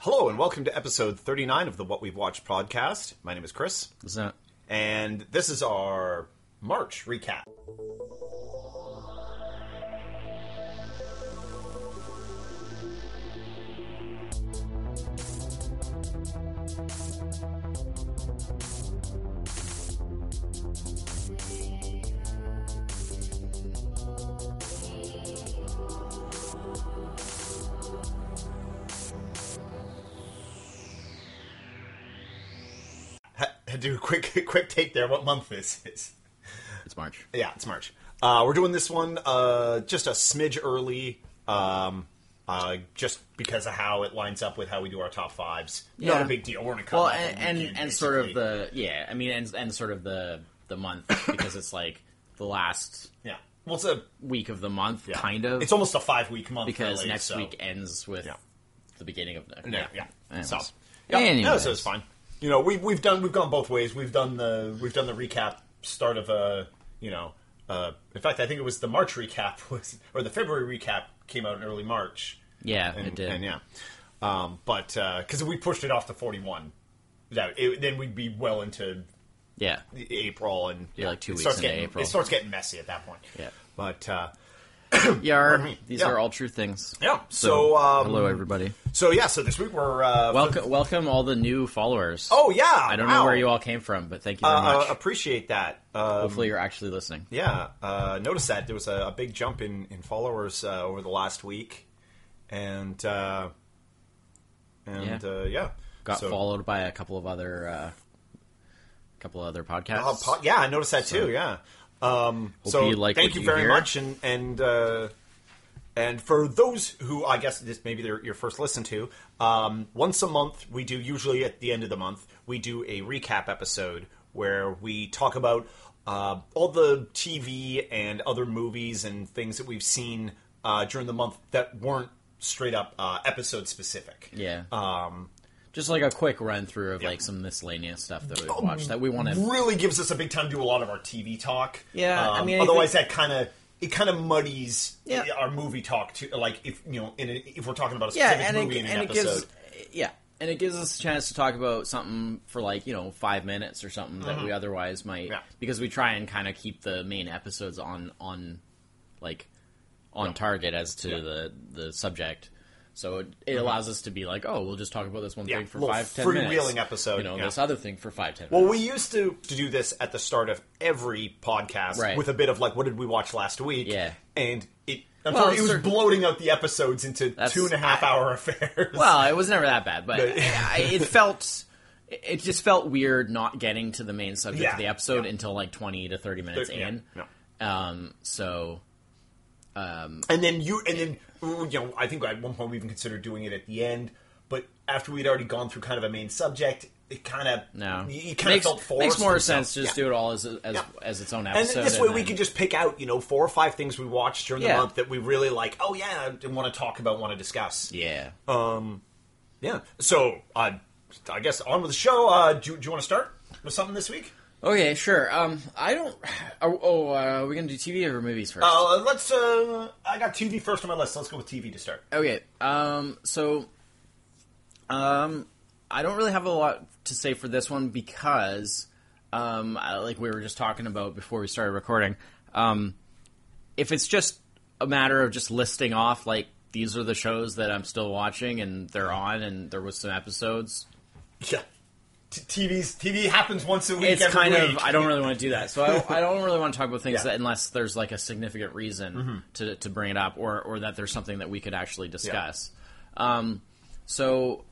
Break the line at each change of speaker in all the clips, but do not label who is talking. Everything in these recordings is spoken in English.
Hello and welcome to episode 39 of the What We've Watched podcast. My name is Chris,
Is that?
and this is our March recap. Ha- Do a quick quick take there. What month this is?
It's March.
Yeah, it's March. Uh, we're doing this one uh, just a smidge early, um, uh, just because of how it lines up with how we do our top fives. Not
Yeah.
a big deal. We're gonna come
Well,
off
and
the
and,
weekend,
and sort of
basically.
the yeah, I mean, and and sort of the the month because it's like the last
yeah. Well, it's a
week of the month, kind of.
It's almost a five week month
because
really,
next
so-
week ends with
Yeah.
the beginning of the
Yeah, yeah.
Anyways.
So, yeah, no,
Anyways.
so it's fine. You know, we've we've done we've gone both ways. We've done the we've done the recap start of a you know, uh, in fact, I think it was the March recap was or the February recap came out in early March.
Yeah,
and,
it did.
and yeah, um, but because we pushed it off to forty one, that it, then we'd be well into
yeah.
April and
Yeah, like two
it
weeks
starts
into
getting,
April.
It starts getting messy at that point.
Yeah.
but uh,
Yar,
me.
these
Yeah.
are all true things.
Yeah, so, um,
hello everybody.
so yeah, so this week we're uh,
Welcome, welcome all the new followers.
Oh yeah,
I don't know where you all came from, but thank you very
Uh,
much.
uh, appreciate that. Uh,
Hopefully, you're actually listening.
yeah, uh, notice that there was a, a big jump in in followers uh, over the last week, and uh, and
Yeah.
uh, yeah,
Got
So-
followed by a couple of other, uh, couple of other podcasts.
Uh, po- yeah, I noticed that too. Yeah. Um, so
you like
thank
what
you
you
very
hear.
much, and and uh, and for those who I guess this maybe they're your first listen to. Um, once a month, we do usually at the end of the month we do a recap episode where we talk about uh, all the TV and other movies and things that we've seen uh, during the month that weren't straight up uh, episode specific.
Yeah. Um, just like a quick run through of like some miscellaneous stuff that we've watched that we want to.
really gives us a big time to do a lot of our TV talk.
Yeah, I
Um,
mean, I
otherwise that kind of it kind of muddies
Yeah.
our movie talk too. Like if you know, in a, if we're talking about a
Yeah,
specific
and
movie
it,
in an
and it
episode,
gives yeah, and it gives us a chance to talk about something for like you know five minutes or something that we otherwise might
Yeah.
because we try and kind of keep the main episodes on on like on target as to the the subject. So it, it allows us to be like, oh, we'll just talk about this one
Yeah,
thing for
little
five, ten minutes.
freewheeling episode,
You know,
yeah.
this other thing for five, ten
well,
minutes.
we used to to do this at the start of every podcast
Right.
with a bit of like, what did we watch last week?
Yeah.
and it.
Well,
unfortunately, it was
cer-
bloating out the episodes into two and a half hour affairs.
Well, it was never that bad, but
But-
I, it felt it just felt weird not getting to the main subject
Yeah,
of the episode until like twenty to thirty minutes
Yeah,
in.
yeah.
Um, so
And then you, and then ooh, you know, I think at one point we even considered doing it at the end, but after we'd already gone through kind of a main subject, it kind of
no,
you kind of
makes,
felt forced.
makes more
and stuff.
sense to just
Yeah.
do it all as as,
Yeah.
as its own
And
episode.
this way, we
then-
could just pick out you know four or five things we watched during the
Yeah.
month that we really like. Oh yeah, I want to talk about, want to discuss.
yeah.
Oh. Yeah. So uh, I guess on with the show. Uh, do, you- do you want to start with something this week?
okay, sure. Um, I don't. Oh, oh uh, are we gonna do TV or movies first?
Uh, let's. Uh, I got TV first on my list. Let's go with TV to start.
Okay. Um. So, um, I don't really have a lot to say for this one because, um, I, like we were just talking about before we started recording, um, if it's just a matter of just listing off like these are the shows that I'm still watching and they're on and there was some episodes.
Yeah. T- TV's TV happens once a week.
It's
every
kind of
week.
I don't really want to do that, so I, I don't really want to talk about things that unless there's like a significant reason
Mm-hmm.
to to bring it up or or that there's something that we could actually discuss. Um, so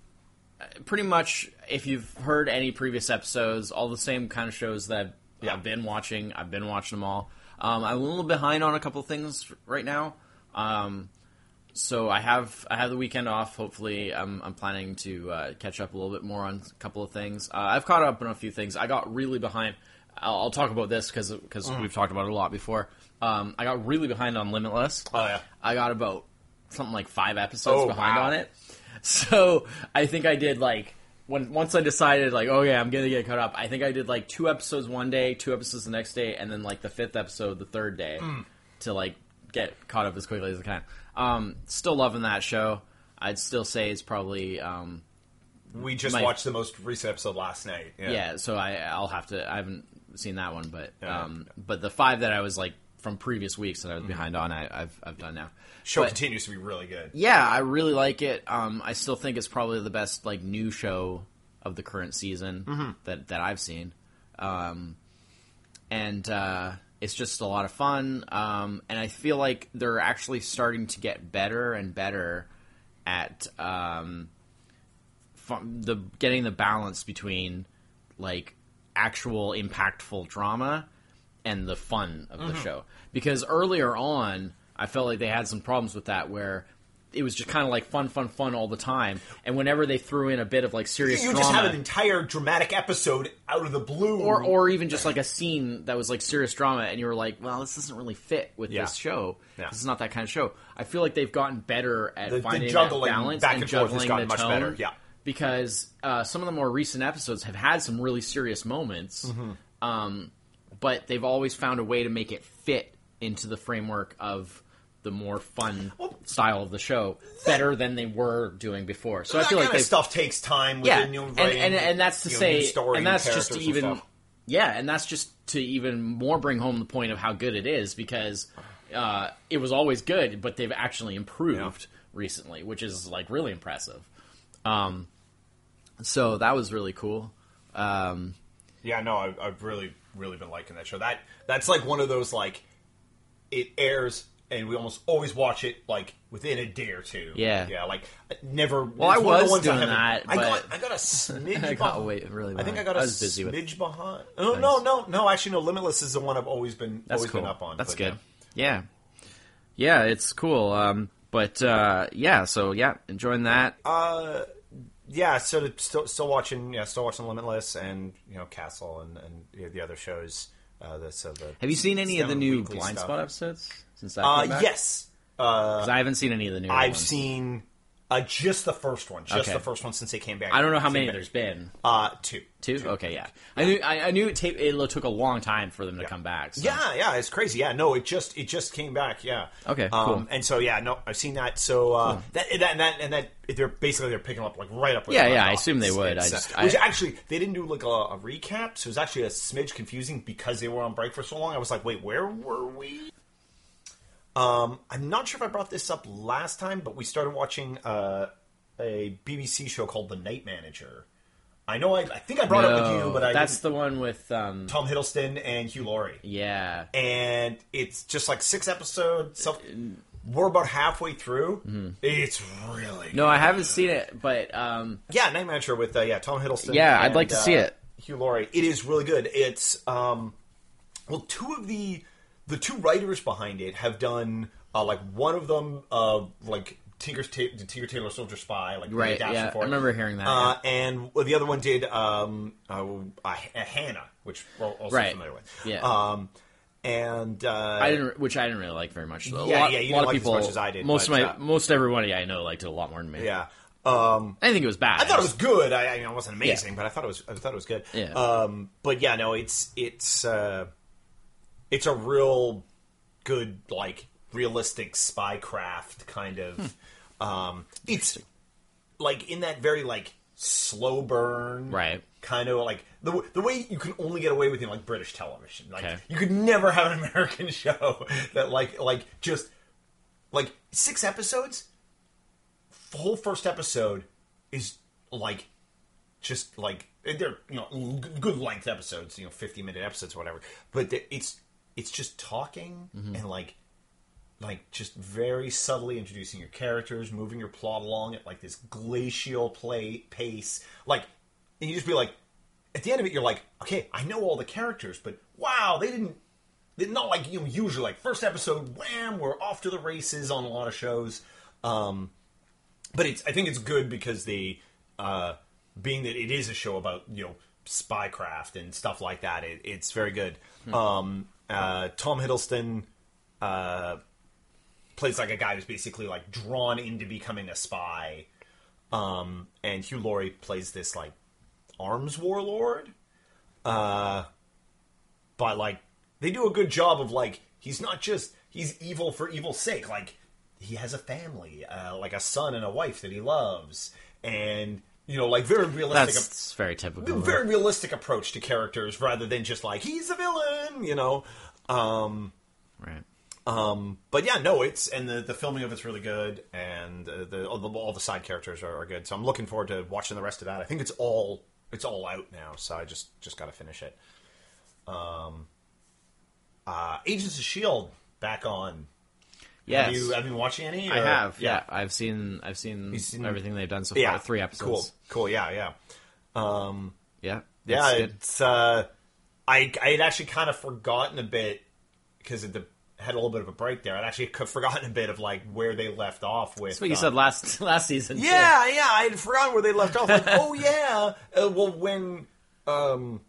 uh, pretty much, if you've heard any previous episodes, all the same kind of shows that I've,
Yeah.
I've been watching, I've been watching them all. Um, I'm a little behind on a couple things right now. Um, so I have I have the weekend off. Hopefully, I'm I'm planning to uh, catch up a little bit more on a couple of things. Uh, I've caught up on a few things. I got really behind. I'll, I'll talk about this because we've talked about it a lot before. Um, I got really behind on Limitless.
Oh, yeah.
I got about something like five episodes
Oh,
behind
wow.
on it. So I think I did like when once I decided like oh yeah I'm gonna get caught up. I think I did like two episodes one day, two episodes the next day, and then like the fifth episode the third day
Hmm.
to like get caught up as quickly as I can. Um, still loving that show. I'd still say it's probably um,
we just
My-
watched the most recent episode last night. Yeah.
yeah. So I I'll have to. I haven't seen that one, but
Yeah. Hmm.
um, but the five that I was like from previous weeks that I was behind on, I, I've I've done now.
show
But-
continues to be really good.
yeah, I really like it. Um, I still think it's probably the best like new show of the current season that that I've seen. Um, and uh, it's just a lot of fun. Um, and I feel like they're actually starting to get better and better at um, fun, the getting the balance between like actual impactful drama and the fun of
Mm-hmm.
the show. Because earlier on, I felt like they had some problems with that where it was just kind of like fun, fun, fun all the time. And whenever they threw in a bit of like serious
You
drama,
just have an entire dramatic episode out of the blue.
or or even just like a scene that was like serious drama and you were like well this doesn't really fit with
Yeah.
this show
Yeah.
this is not that kind of show i feel like they've gotten better at
the
finding
juggling
that balance
back
and,
and forth has
juggling
gotten
the
much
tone
better, yeah.
because uh, some of the more recent episodes have had some really serious moments
Mm-hmm.
um, but they've always found a way to make it fit into the framework of the more fun style of the show better than they were doing before so i
that
feel like
kind of
they've
stuff takes time.
yeah,
within, you know,
and,
writing,
and and that's to
you know,
say,
new story
and that's just
characters
to
and
even
stuff.
yeah, and that's just to even more bring home the point of how good it is because uh, it was always good, but they've actually improved recently, which is like really impressive. Um, so that was really cool. Um,
Yeah, no, I, I've really, really been liking that show. That that's like one of those like it airs and we almost always watch it like within a day or two.
Yeah.
yeah, like I never.
Well,
it's
I
one of the
was
ones
doing
haven't-
that,
I got,
but-
I got a smidge.
I got
behind.
way- really
I think
behind.
I got
I
a
was busy with-
smidge behind. Oh no, no, no! Actually, no. Limitless is the one I've always been
that's
always
cool.
been up on.
that's
but, uh, yeah.
good. Yeah. yeah, it's cool. Um, but uh, yeah, so yeah, enjoying that.
Uh, yeah, so to- still still watching, yeah, still watching Limitless and you know Castle and and you know, the other shows. Uh, the, so the
have you seen any of the
Scanlon
new
Weekly
Blind
stuff.
Spot episodes since that? came
Uh,
back?
yes,
'Cause I haven't seen any of the new.
I've
ones.
seen uh, just the first one, just
Okay.
the first one since they came back.
I don't know how
Came
many
back.
there's been.
Uh, two.
Two? Okay, yeah. I knew I, I knew it, ta- it lo- took a long time for them to come back. So.
Yeah, yeah, it's crazy. Yeah, no, it just it just came back. Yeah.
Okay,
Um,
cool.
And so yeah, no, I've seen that. So uh, that, that and that and that they're basically they're picking up like right up. Where
Yeah,
they
yeah,
left
I
off.
assume they
It's-
would. I
it's, uh,
just- I-
which actually they didn't do like a, a recap, so it was actually a smidge confusing because they were on break for so long. I was like, wait, where were we? Um, I'm not sure if I brought this up last time, but we started watching uh, a BBC show called The Night Manager. I know I, I think I brought it up with you,
No,
but I
that's
didn't.
the one with um.
Tom Hiddleston and Hugh Laurie
Yeah,
and it's just like six episodes. So we're about halfway through. It's really
Mm-hmm. no, I haven't seen it, but um,
yeah, Night Manager with uh, yeah Tom Hiddleston.
Yeah, I'd
and,
like to see
uh,
it.
Hugh Laurie. It is really good. It's um, well, two of the the two writers behind it have done uh, like one of them uh, like Tinker's Ta- the Tinker Tailor Soldier Spy like
Right,
adaptation
yeah,
for
I
it.
remember hearing that,
Uh, and well, the other one did um, uh, uh, Hannah, which we're also
Right,
familiar with.
yeah.
Um, and uh,
I didn't, which I didn't really like very much. though. A
Yeah,
lot,
yeah, you
a lot
didn't like
of
it as
people,
much as I did,
Most
but,
of my,
uh,
most everybody I know liked it a lot more than me.
Yeah. Um,
I didn't think it was bad.
I thought it was good. I, I mean, it wasn't amazing,
Yeah.
but I thought it was. I thought it was good.
Yeah.
Um, but yeah, no, it's it's uh, it's a real good, like realistic spycraft kind of.
Hmm.
Um, it's like in that very like slow burn,
Right.
Kind of like the w- the way you can only get away with in like British television. Like
Okay.
you could never have an American show that like like just like six episodes the whole first episode is like just like they're you know l- good length episodes you know 50 minute episodes or whatever but the- it's it's just talking and like like just very subtly introducing your characters moving your plot along at like this glacial play pace like and you just be like at the end of it you're like okay i know all the characters but wow they didn't they're not like you know usually like first episode wham we're off to the races on a lot of shows um but it's I think it's good because the uh, being that it is a show about you know spycraft and stuff like that, it, it's very good. Um, uh, Tom Hiddleston uh, plays like a guy who's basically like drawn into becoming a spy, um, and Hugh Laurie plays this like arms warlord. Uh, but like they do a good job of like he's not just he's evil for evil's sake. Like he has a family, uh, like a son and a wife that he loves, and You know, like very realistic.
That's very typical.
very realistic approach to characters rather than just like he's a villain, you know. Um,
right.
um, but yeah, no, it's and the, the filming of it's really good, and uh, the, all the all the side characters are, are good. So I'm looking forward to watching the rest of that. I think it's all it's all out now, so I just just got to finish it. Um, uh, Agents of Shield back on.
Yes.
Have you have you been watching any?
I
or-
have. Yeah. I've seen. I've seen,
You've seen-
everything they've done so far.
yeah,
Three episodes.
Cool, cool, yeah, yeah.
Yeah.
Yeah,
it's good.
it's uh, I I had actually kind of forgotten a bit because it had a little bit of a break there. I'd actually kind of forgotten a bit of like where they left off with.
That's what you
uh,
said last last season. too.
Yeah, yeah, I had forgotten where they left off. Like, oh yeah, uh, well when um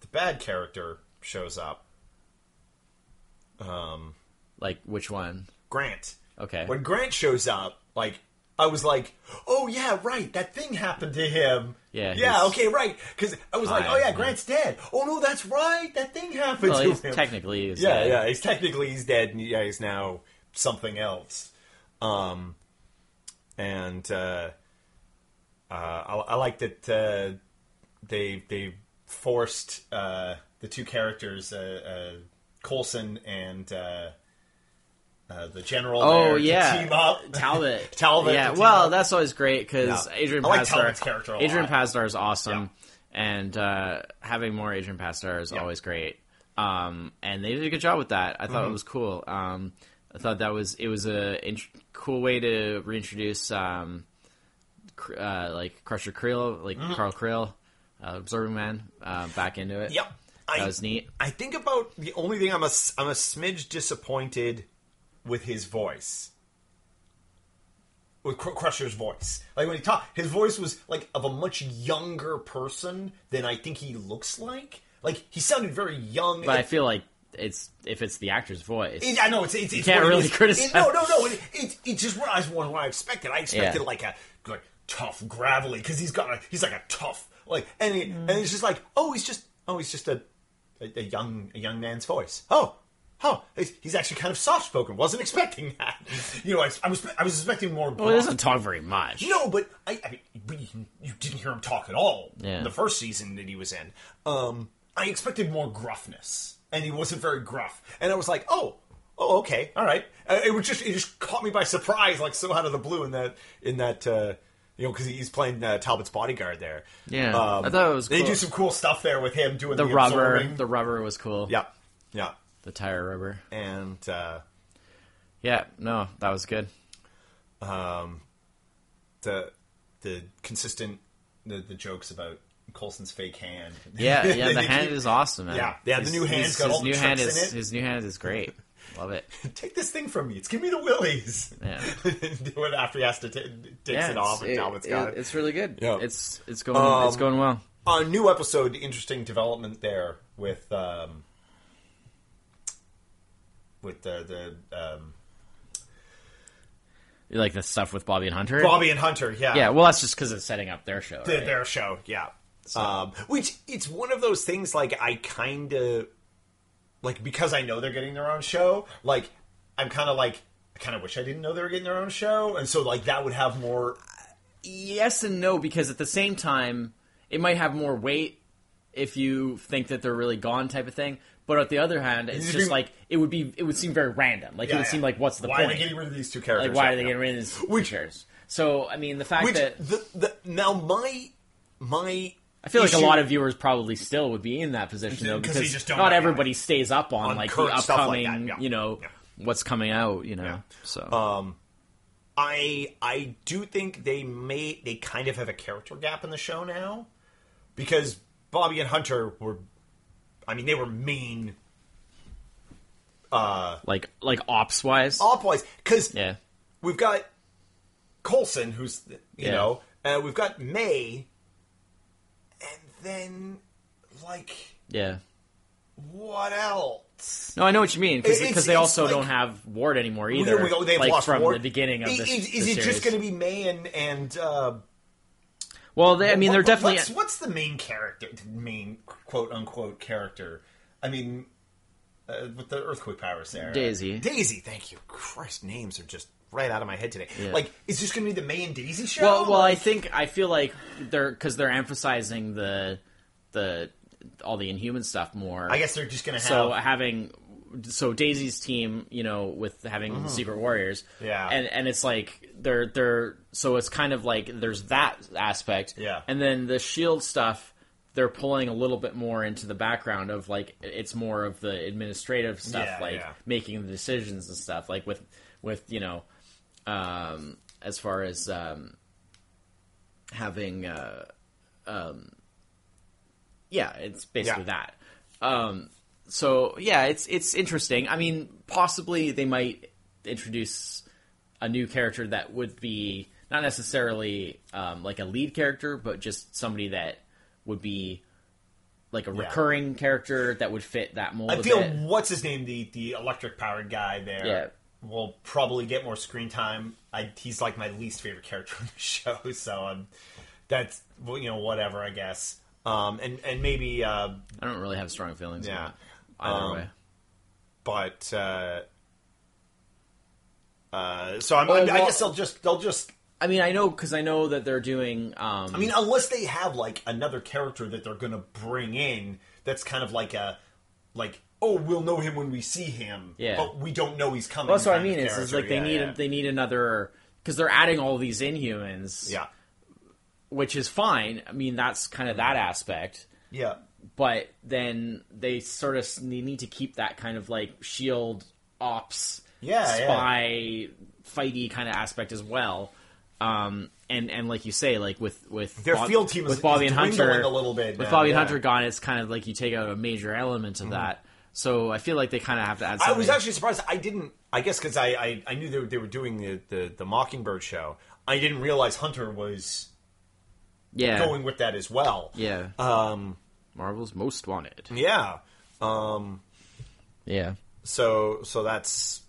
the bad character shows up,
Like which one?
Grant.
Okay.
When Grant shows up, like I was like, "Oh yeah, right. That thing happened to him."
Yeah,
Yeah.
he's-
Okay. Right. Because I was like,
Fine,
"Oh yeah,
yeah.
Grant's dead." Oh no, that's right. That thing happened
Well,
to
he's
him.
technically. He's,
yeah, yeah. He's technically he's dead, and yeah, he's now something else. Um, and uh, uh, I, I like that uh, they they forced uh, the two characters, uh, uh, Colson and. Uh, uh, the general.
Oh
there
yeah,
To team up.
Talbot.
Talbot
Yeah.
to team
Well,
up.
that's always great because
Yeah.
Adrian
I like
Pasdar.
Talbot's character a lot.
Adrian Pasdar is awesome, and uh, having more Adrian Pasdar is always great. Um, and they did a good job with that. I thought
Mm-hmm.
it was cool. Um, I thought that was it was a int- cool way to reintroduce um, cr- uh, like Crusher Creel, like
Mm.
Carl Creel, uh, Observing Man, uh, back into it.
Yep.
That
I-
was neat.
I think about the only thing I'm a s- I'm a smidge disappointed with his voice, with Cr- Crusher's voice. Like when he talked, his voice was like of a much younger person than I think he looks like. Like he sounded very young.
But I
It-
feel like it's if it's the actor's voice.
it- I know it's it's, it's
can't
what it
really
is.
criticize.
It- no, no, no. It, it, it's just what I was what I expected. I expected
Yeah.
like a like tough gravelly because he's got a, he's like a tough like and it, and it's just like oh he's just oh he's just a a, a young a young man's voice oh. Oh, he's he's actually kind of soft spoken. Wasn't expecting that. You know, I, I was I was expecting more.
well, it doesn't talk very much.
No, but I, I mean, but you, you didn't hear him talk at all.
Yeah.
The first season that he was in, um, I expected more gruffness, and he wasn't very gruff. And I was like, oh, oh, okay, all right. Uh, it was just it just caught me by surprise, like so out of the blue in that in that. Uh, you know, because he's playing uh, Talbot's bodyguard there. Um,
Yeah, I thought it was
They
cool.
do some cool stuff there with him doing the,
the rubber
absorbing.
the rubber was cool
yeah, yeah,
the tire rubber
and uh,
yeah no that was good
the the consistent the, the jokes about Colson's fake hand.
yeah yeah
They
the
keep-
hand is awesome man.
Yeah, yeah, the
His-
new hand's
his,
got
his
all the
new
tricks
hand
in it.
is his new hand is great love it
take this thing from me. It's give me the willies.
yeah
Do it after he has to t- takes
yeah,
it off and
it-
Talbot's
it-
got it.
it's really good
Yeah.
it's it's going it's
Um,
going well
A new episode, interesting development there with um, with the the um,
you like the stuff with Bobby and Hunter
Bobby and Hunter. Yeah,
yeah well that's just because it's setting up their show
the-
right?
their show. Yeah, um, which it's one of those things. Like I kind of like because I know they're getting their own show. Like I'm kind of like. I kind of wish I didn't know they were getting their own show, and so like that would have more
yes and no because at the same time it might have more weight if you think that they're really gone type of thing but on the other hand it's
You'd
just
be-
like it would be it would seem very random like it
Yeah,
would
yeah.
seem like what's the
why
point
are they getting rid of these two characters?
like why are
right
they
now?
getting rid of these features so i mean the fact
Which
that
the, the now my my
i feel like a lot of viewers probably still would be in that position though
'Cause
because
they just don't
not
know,
everybody stays up on,
On
like the
current stuff like
upcoming
that, yeah.
you know
Yeah.
what's coming out you know
Yeah. Uh,
so
I I do think they may they kind of have a character gap in the show now because Bobby and Hunter were I mean they were mean
like like ops wise
op wise because
yeah
we've got Colson who's you
Yeah.
know uh, we've got May and then like
yeah
what else
No, I know what you mean
It- it's-
because they
it's
also
like-
don't have Ward anymore either.
Well, there we go. They've
like
lost
from
Ward.
the beginning of
I-
this.
Is, is
the
it just
series.
going to be May and and uh,
Well, they, I mean, they're
What-
definitely.
What's, what's the main character? Main quote unquote character? I mean, uh, with the earthquake powers there.
Daisy.
Daisy. Thank you. Christ, names are just right out of my head today.
Yeah.
Like, is this going to be the May and Daisy show?
Well, well, I think I feel like they're because they're emphasizing the the all the Inhuman stuff more.
I guess they're just going to have.
so having so Daisy's team, you know, with having Secret Warriors,
Mm-hmm. Yeah.
and and it's like they're they're so it's kind of like there's that aspect,
Yeah.
and then the Shield E stuff. They're pulling a little bit more into the background of like it's more of the administrative stuff,
Yeah,
like
yeah.
making the decisions and stuff, like with with you know, um, as far as um, having uh, um, yeah, it's basically that. Um, so yeah, it's it's interesting. I mean, possibly they might introduce a new character that would be not necessarily um, like a lead character, but just somebody that would be like a recurring character that would fit that mold.
I
a
feel
bit.
what's his name, the the electric powered guy there,
Yeah.
will probably get more screen time. I, he's like my least favorite character on the show, so um, that's well, you know whatever I guess. Um, and and maybe, uh,
I don't really have strong feelings.
Yeah.
Yeah, either
Um,
way.
but uh, uh, so I'm,
Oh,
I'm- I
well-
guess they'll just they'll just.
I mean, I know because I know that they're doing. Um,
I mean, unless they have like another character that they're gonna bring in, that's kind of like a like. Oh, we'll know him when we see him,
Yeah.
but we don't know he's coming.
Well, that's what I
kind of
mean. Is, is
character.
like they
Yeah,
need
yeah.
they need another because they're adding all these Inhumans.
yeah,
which is fine. I mean, that's kind of that aspect.
yeah.
But then they sort of s- they need to keep that kind of like shield ops,
Yeah, yeah.
spy, fighty kind of aspect as well. Um, and and like you say, like with with
Their field team is-
with Bobby
is
and Hunter
dwindling a little bit
With
now,
Bobby
yeah. Mm-hmm.
and Hunter gone, it's kind of like you take out a major element of that. So I feel like they kind of have to add.
I
Something.
was actually surprised. I didn't. I guess because I, I I knew they were, they were doing the, the the Mockingbird show. I didn't realize Hunter was
yeah
going with that as well.
yeah
Um.
Marvel's Most Wanted.
Yeah. Um.
Yeah,
So so that's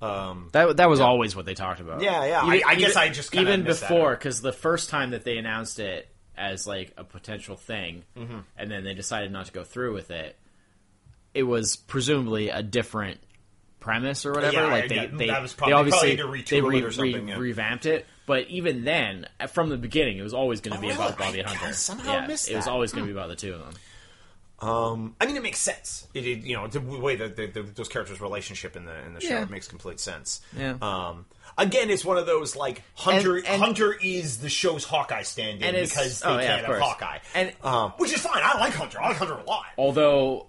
That that was always what they talked about.
Yeah, yeah. I- I guess I just kinda
even
missed that
before because the first time that they announced it as like a potential thing,
Mm-hmm.
and then they decided not to go through with it. It was presumably a different premise or whatever.
Yeah,
like they,
yeah,
they,
that was
they
probably-
obviously
probably had to
they
retool
re-
it or something,
re-
yeah.
revamped it. But even then, from the beginning, it was always going to be
Oh, really?
about Bobby
I
Hunter.
somehow
yeah,
missed
it was
that.
always going to be about the two of them.
I mean, it makes sense. It, it you know the way that the, the, those characters' relationship in the in the show
Yeah.
it makes complete sense.
Yeah.
Um. Again, it's one of those like Hunter.
And- and-
Hunter is the show's Hawkeye stand-in
And it's-
because they
oh, yeah,
can't
of
have
course.
Hawkeye,
And-
um, which is fine. I like Hunter. I like Hunter a lot.
Although,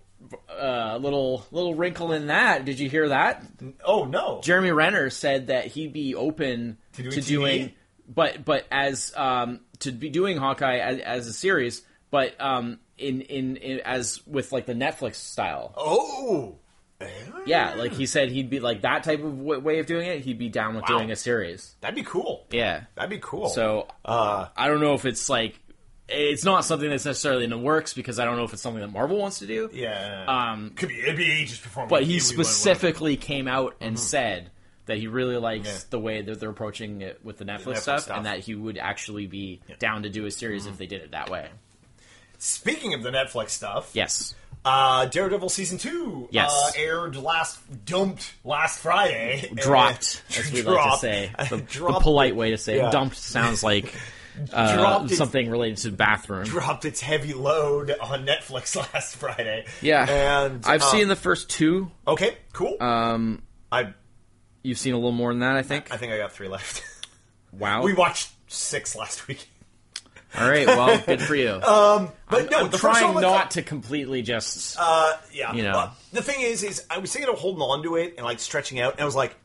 uh, little little wrinkle in that. Did you hear that?
Oh no,
Jeremy Renner said that he'd be open to
doing
doing,
TV?
but but as um, to be doing Hawkeye as, as a series, but um, in, in in as with like the Netflix style.
Oh,
Yeah, like he said he'd be like that type of w- way of doing it. He'd be down with
Wow.
doing a series.
that'd be cool.
Yeah.
That'd be cool.
So
uh,
I don't know if it's like it's not something that's necessarily in the works because I don't know if it's something that Marvel wants to do.
yeah,
Um,
could be it'd be ages before.
but
we-
he
we went with-
specifically came out and said that he really likes
Mm-hmm. Yeah.
the way that they're approaching it with the Netflix,
Netflix
stuff,
stuff. Mm-hmm.
and that he would actually be down to do a series if they did it that way.
Speaking of the Netflix stuff,
Yes.
uh, Daredevil season two,
Yes.
uh, aired last dumped last Friday,
Dropped,
And-
as we
Eh. dropped.
like to say. The, the
dropped,
polite way to say it.
yeah.
Dumped sounds like uh,
Dropped is-
something related to the bathroom.
dropped its heavy load on Netflix last Friday.
yeah.
and
I've
uh,
seen the first two.
Okay, cool. Um, I
You've seen a little more than that, I think.
I think I got three left.
wow.
we watched six last week.
All right. Well, good for you.
But no,
I'm
Uh, the first
trying
one was-
not to completely just.
Uh, yeah.
You know.
Well, the thing is, is I was thinking of holding on to it and like stretching out, and I was like,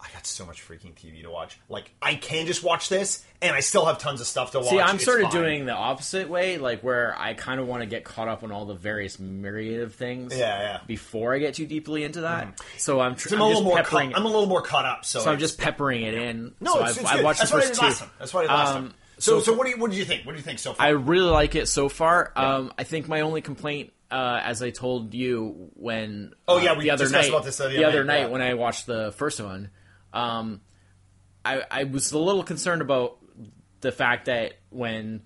I got so much freaking TV to watch. Like, I can just watch this, and I still have tons of stuff to watch.
See, I'm
It's
sort of
fine.
doing the opposite way, like where I kind of want to get caught up on all the various myriad of things.
Yeah, yeah.
Before I get too deeply into that, so I'm, tr-
I'm,
I'm,
a
just
little more.
peppering.
Caught, I'm a little more caught up. So,
so I'm
it's-
just peppering it in.
no.
so
it's,
I've,
it's
I
good.
watched
That's
the
what I
first
did
two.
last time. That's what I did last
Um,
time. So, so what do you what do you think? What do you think so far?
I really like it so far. Um, I think my only complaint, uh, as I told you when
Oh, yeah,
uh,
we
the other
discussed
night,
about this the other
other
night,
night
yeah.
when I watched the first one, um, I, I was a little concerned about the fact that when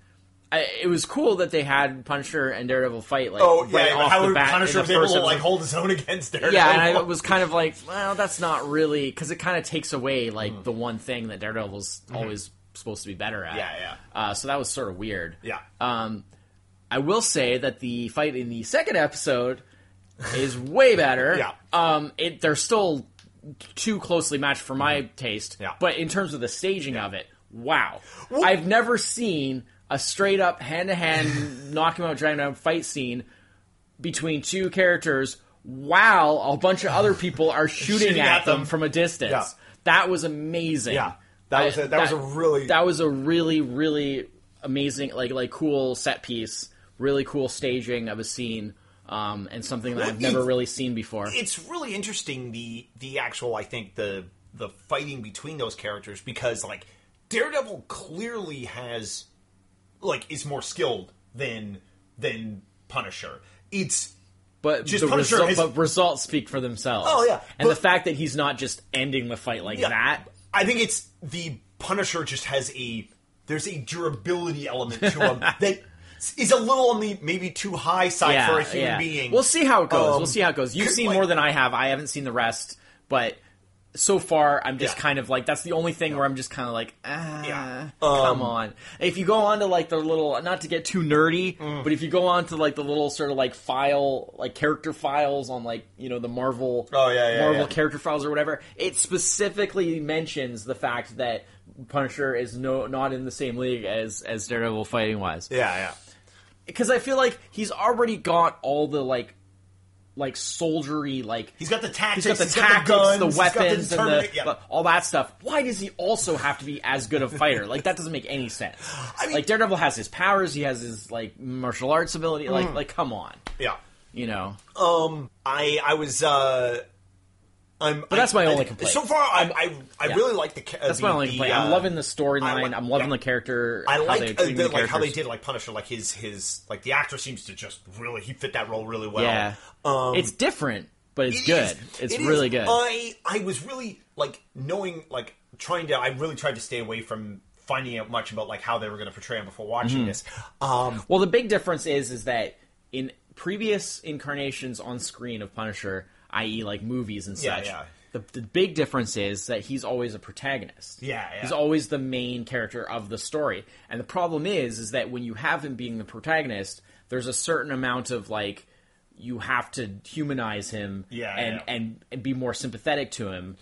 I, it was cool that they had Punisher and Daredevil fight like
Oh
right
yeah,
off
how
the
would
bat. in
Punisher
the
be able
first
to like
episode.
hold his own against Daredevil?
yeah, and I was kind of like, well, that's not really because it kind of takes away like
Mm-hmm.
the one thing that Daredevil's always supposed to be better at.
Yeah, yeah.
Uh, so that was sort of weird.
yeah.
Um, I will say that the fight in the second episode is way better.
Yeah.
Um, it they're still too closely matched for my taste.
Mm-hmm. Yeah.
But in terms of the staging of it, wow, I've never seen a straight up hand to hand knock him out, drag him out fight scene between two characters while a bunch of other people are shooting,
Shooting
at,
at
them
them.
from a distance.
Yeah.
That was amazing.
Yeah. That was a- that was a really-
that was a really really amazing like like cool set piece, really cool staging of a scene, um, and something that I've never really seen before.
it's really interesting the the actual I think the the fighting between those characters because like Daredevil clearly has like is more skilled than than Punisher. It's
But
Just
the
Punisher
result,
has-
but results speak for themselves.
Oh, yeah,
and
but-
the fact that he's not just ending the fight like
Yeah.
that.
I think it's the Punisher just has a there's a durability element to him that is a little on the maybe too high side
yeah,
for a human
yeah.
being.
We'll see how it goes.
Um,
we'll see how it goes. You've
could,
seen
like-
more than I have. I haven't seen the rest, but so far I'm just
Yeah.
kind of like that's the only thing where I'm just kind of like ah,
Yeah. Um,
come on. If you go on to like the little not to get too nerdy,
Mm.
but if you go on to like the little sort of like file like character files on like you know the Marvel
Oh, yeah, yeah,
Marvel
yeah.
character files or whatever, it specifically mentions the fact that Punisher is no not in the same league as as Daredevil fighting wise
Yeah, yeah.
because I feel like he's already got all the like, like soldiery like
He's got the tactics,
he's got the tactics,
guns,
the
he's got
weapons, and the,
determina- yeah.
but all that stuff. Why does he also have to be as good a fighter? like that doesn't make any sense.
mean-
like Daredevil has his powers, he has his like martial arts ability.
Mm.
Like like come on,
yeah.
you know.
Um, I I was uh I'm But
that's my only complaint.
So far I I, I really like the ca-
That's my only complaint. I'm loving the
I
storyline.
li-
I'm loving
yeah.
the character.
I
how
like
they
uh,
treated
the-
the
like how they
characters.
did like Punisher like his his like the actor seems to just really he fit that role really well.
Yeah,
Um
it's different, but it's
it
good.
is-
It's
it is.
really good.
I I was really like knowing like trying to I really tried to stay away from finding out much about like how they were going to portray him before watching
Mm-hmm.
this. Um
Well, the big difference is is that in previous incarnations on screen of Punisher, i.e., like movies and
Yeah,
such,
yeah.
The, the big difference is that he's always a protagonist.
Yeah, yeah.
he's always the main character of the story. And the problem is, is that when you have him being the protagonist, there's a certain amount of like you have to humanize him
Yeah,
and,
yeah.
and and be more sympathetic to him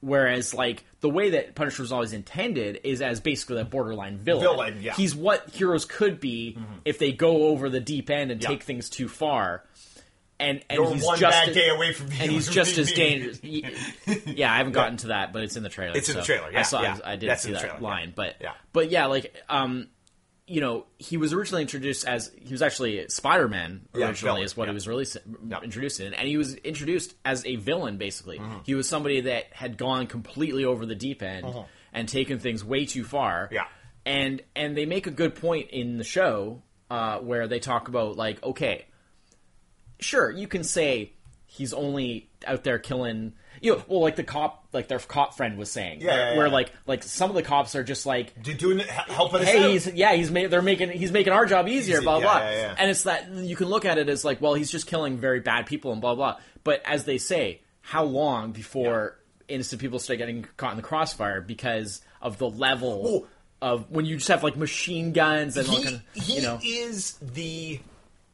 Whereas, like the way that Punisher was always intended is as basically a borderline villain.
Villain, yeah. Mm-hmm.
He's what heroes could be if they go over the deep end and
Yeah.
take things too far. And and
You're
he's
one
just
bad day away from
and he's
being-
just as
being-
dangerous. Y- yeah, I haven't gotten to that, but it's in the trailer.
It's in the
so
trailer, yeah,
I saw.
yeah.
I did
That's
see
in the
that
trailer, yeah.
line, but
Yeah.
but yeah, like um, you know, he was originally introduced as he was actually Spider Man
Yeah,
originally
villain,
is what
yeah. Mm-hmm.
he was released introduced in, and he was introduced as a villain basically. He was somebody that had gone completely over the deep end and taken things way too far.
Mm-hmm. Yeah.
and and they make a good point in the show uh, where they talk about like okay, sure you can say he's only out there killing you know, well like the cop like their cop friend was saying
Yeah,
where,
yeah,
where,
yeah.
like like some of the cops are just like
do- doing helping us out.
hey he's yeah he's ma- they're making he's making our job easier
Easy,
blah
yeah,
blah
yeah, yeah.
and it's that you can look at it as like well he's just killing very bad people and blah blah but as they say how long before innocent people start getting caught in the crossfire because of the level
Well-
of when you just have like machine guns and all
he,
kind of
he
you know
is the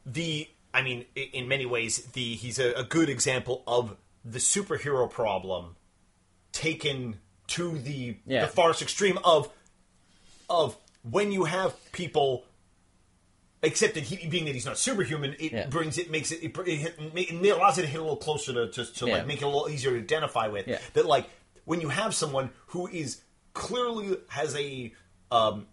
the I mean i- in many ways the he's a, a good example of the superhero problem taken to the
Yeah.
the farthest extreme of of when you have people except that he being that he's not superhuman it
Yeah.
brings it makes it it, br- it, hit- ma- it allows it to hit a little closer to to, to
Yeah.
like make it a little easier to identify with
Yeah.
that like when you have someone who is clearly has a um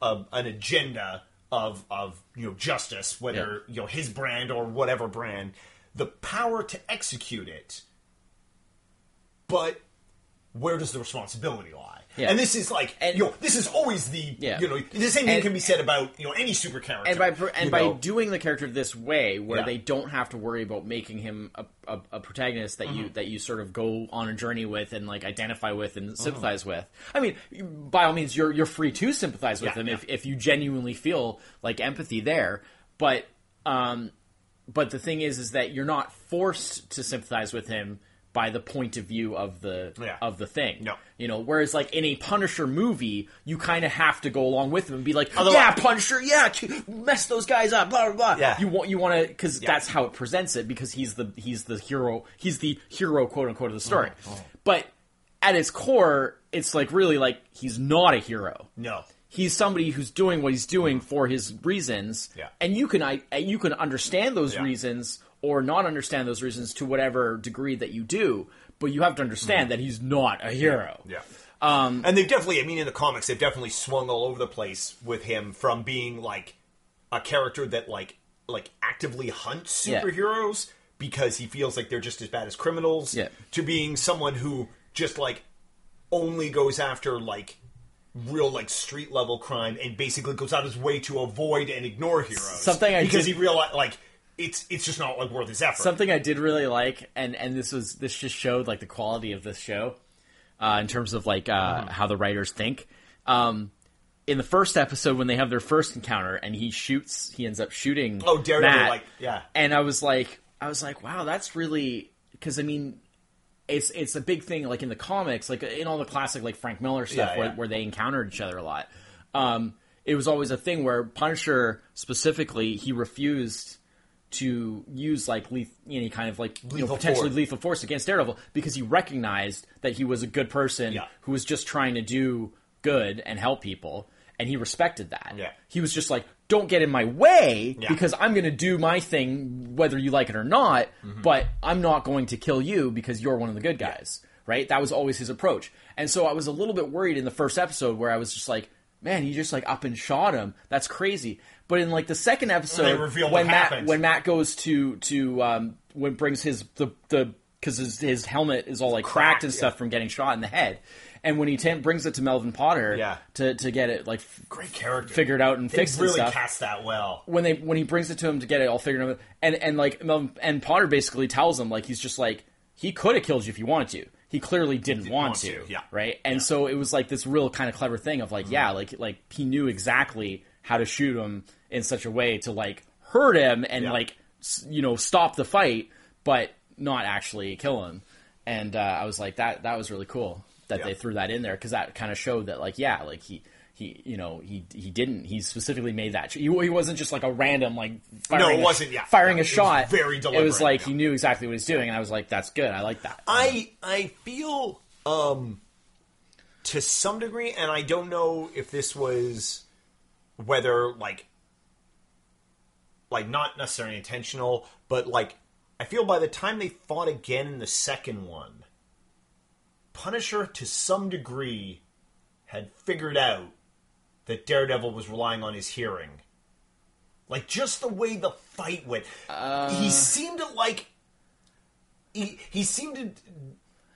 a, an agenda of of you know justice, whether you know his brand or whatever brand, the power to execute it. But where does the responsibility lie?
Yeah.
And this is like
And-
you know, this is always the
Yeah.
you know the same thing
And-
can be said about you know any super character.
and by per-
you
and by
know.
doing the character this way, where
Yeah.
they don't have to worry about making him a, a, a protagonist that
Mm-hmm.
you that you sort of go on a journey with and like identify with and
Mm-hmm.
sympathize with. I mean, you- by all means, you're you're free to sympathize with
Yeah,
him if
yeah.
if you genuinely feel like empathy there. But um, but the thing is, is that you're not forced to sympathize with him by the point of view of the
Yeah.
of the thing.
No.
You know, whereas like in a Punisher movie, you kind of have to go along with him and be like,
Otherwise-
"Yeah, Punisher, yeah, k- mess those guys up, blah blah blah."
Yeah.
You want you want to because that's how it presents it because he's the he's the hero he's the hero quote unquote of the story,
Oh,
but at its core, it's like really like he's not a hero.
no.
He's somebody who's doing what he's doing for his reasons,
Yeah.
and you can I and you can understand those
Yeah.
reasons or not understand those reasons to whatever degree that you do, but you have to understand
Mm.
that he's not a hero.
Yeah. Um, and they've definitely, I mean, in the comics, they've definitely swung all over the place with him from being like a character that like like actively hunts
Yeah.
superheroes because he feels like they're just as bad as criminals
Yeah.
to being someone who just like only goes after like real like street level crime and basically goes out his way to avoid and ignore heroes
Something I
because
did-
he realized like it's it's just not like worth his effort
Something I did really like, and and this was this just showed like the quality of this show, uh, in terms of like uh,
Hmm.
how the writers think. Um, in the first episode, when they have their first encounter, and he shoots, he ends up shooting.
Oh, Daredevil,
Matt,
like, yeah.
And I was like, I was like, wow, that's really because I mean, it's it's a big thing like in the comics, like in all the classic like Frank Miller stuff
Yeah,
where,
yeah.
where they encountered each other a lot. Um, it was always a thing where Punisher specifically he refused to use like leth- any kind of like you know,
Lethal
potentially
force.
lethal force against Daredevil because he recognized that he was a good person
Yeah.
who was just trying to do good and help people, and he respected that.
Yeah.
He was just like, "Don't get in my way
Yeah.
because I'm going to do my thing whether you like it or not,
Mm-hmm.
but I'm not going to kill you because you're one of the good guys." Right? That was always his approach. And so I was a little bit worried in the first episode where I was just like, "Man, he just like up and shot him. That's crazy." But in like the second episode
They revealed
when
what
Matt
happened.
when Matt goes to to um, when brings his the the because his, his helmet is all like cracked,
Cracked,
and
yeah.
stuff from getting shot in the head, and when he t- brings it to Melvin Potter
Yeah.
to to get it like f-
great character
figured out and
they
fixed
really
and stuff.
cast that well
when they when he brings it to him to get it all figured out, and and like Melvin and Potter basically tells him like he's just like he could have killed you if he wanted to. He clearly didn't, want,
want
to,
to, yeah. Mm-hmm.
right? And so it was like this real kind of clever thing of like, yeah, like like he knew exactly how to shoot him in such a way to like hurt him and
Yeah.
like s- you know stop the fight, but not actually kill him. And uh, I was like, that that was really cool that
Yeah.
they threw that in there because that kind of showed that like, yeah, like he. He, you know, he he didn't. He specifically made that. cho- He, he wasn't just like a random like firing
No, it
a sh-
wasn't, yeah.
firing
Yeah, it
a
was
shot.
very
It was
deliberate,
like
yeah.
he knew exactly what he was doing, and I was like, "That's good. I like that."
I I feel um to some degree, and I don't know if this was whether like like not necessarily intentional, but like I feel by the time they fought again in the second one, Punisher to some degree had figured out that Daredevil was relying on his hearing. Like just the way the fight went, he seemed to like he he seemed to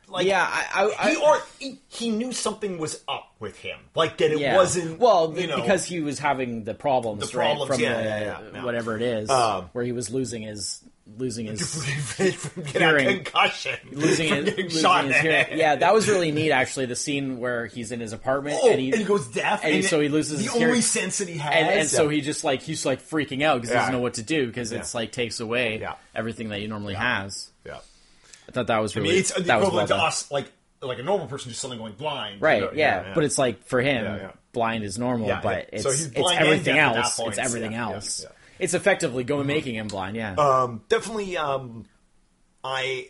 like
yeah, I, I,
he
I-
or he, he knew something was up with him, like that it
yeah.
wasn't
well
you know
because he was having the problems,
The
right,
problems,
from
yeah,
the,
yeah, yeah, yeah.
whatever it is,
Um,
where he was losing his losing his
from getting a
Hearing.
concussion,
losing
from
his,
getting
losing
shot in
his
the
hearing.
head.
Yeah, that was really neat. Actually, the scene where he's in his apartment
Oh,
and he
goes deaf,
and so he loses
the
his
only
hearing.
sense that he has,
and, and so he just like he's like freaking out because he doesn't
Yeah.
know what to do because it's like takes away
Yeah.
everything that he normally has.
yeah.
I thought that was
I
really
mean, it's the
that was well
equivalent to
done.
us, like like a normal person just suddenly going blind, you
right?
know,
yeah, but it's like for him,
Yeah, yeah.
blind is normal,
Yeah,
but
yeah.
it's
So he's
it's
blind and
everything
deaf at that
else.
point,
It's everything
yeah, yeah,
else.
yeah. Mm-hmm.
It's effectively going making him blind. Yeah,
um, definitely. Um, I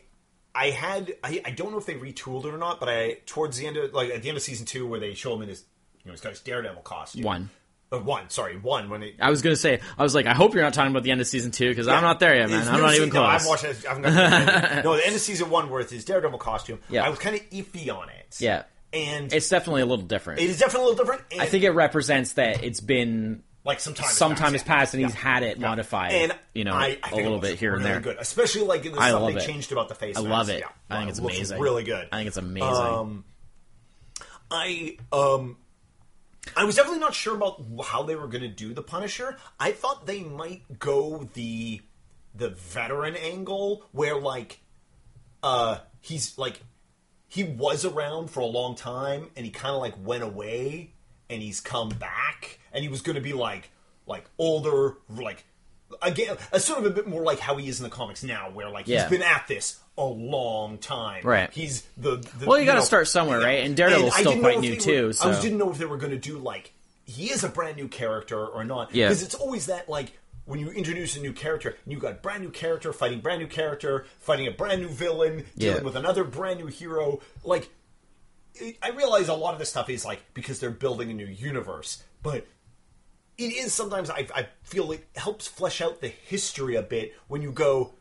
I had I, I don't know if they retooled it or not, but I towards the end of like at the end of season two where they show him in his you know he's got his Daredevil costume
one.
Uh, one sorry one when it
I was gonna say, I was like, I hope you're not talking about the end of season two because I'm not there yet, man.
It's
I'm
new
not
season-
even close.
No, I've watched it. I've not no, the end of season one where it's his Daredevil costume.
Yeah.
I was kind of iffy on it.
Yeah.
and it's,
It's definitely a little different.
definitely a little different. And
I think it represents that it's been
like some time has
some
passed,
time has
yeah.
passed and
Yeah.
he's had it modified,
and
you know,
I- I
a
think it
little
looks
bit here and
really
there.
Good, especially like in the
I
stuff
love
they
it.
changed about the face.
I
mask.
love it.
Yeah.
I think
Wow,
it's
looks
amazing.
Really good.
I think it's amazing.
Um, I um I was definitely not sure about how they were going to do the Punisher. I thought they might go the the veteran angle where like uh he's like he was around for a long time and he kind of like went away and he's come back and he was going to be like like older like again uh, sort of a bit more like how he is in the comics now where like
Yeah.
he's been at this a long time
Right.
he's the, the
Well, you gotta
know,
start somewhere, right? And Daredevil's
I
still
didn't know
quite
if
new,
they
too,
were-
so-
I was- didn't know if they were going to do like he is a brand new character or not.
Yeah.
because it's always that like when you introduce a new character, and you got brand new character fighting brand new character, fighting a brand new villain, dealing
Yeah.
with another brand new hero. Like it- I realize a lot of this stuff is like because they're building a new universe, but it is sometimes I, I feel it helps flesh out the history a bit when you go.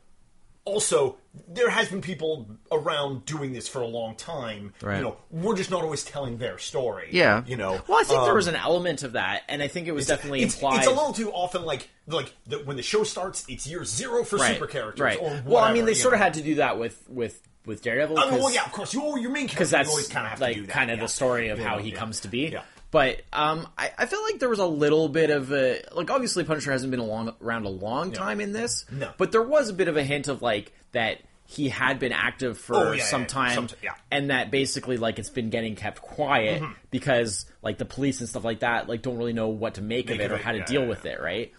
Also, there has been people around doing this for a long time.
Right.
You know, we're just not always telling their story.
Yeah.
you know.
Well, I think there
um,
was an element of that, and I think it was definitely
it's,
implied.
It's a little too often like like the, when the show starts, it's year zero for
right,
super characters.
Right.
Or
well, I
whatever,
mean, they
you
sort of
know.
had to do that with with with Daredevil.
I mean, well,
'cause-
yeah, of course. You your main character.
because that's
you always kind of have
like
to do that.
kind of
yeah.
the story of
You
how
know,
he
yeah.
comes to be.
Yeah.
But um, I, I feel like there was a little bit of a like obviously Punisher hasn't been along, around a long time in this,
No.
but there was a bit of a hint of like that he had been active for
Oh, yeah,
some
yeah,
time,
some- yeah. Mm-hmm.
and that basically like it's been getting kept quiet because like the police and stuff like that like don't really know what to make, of
Make
it
of
or
it,
how to
yeah,
deal
yeah,
with it, right?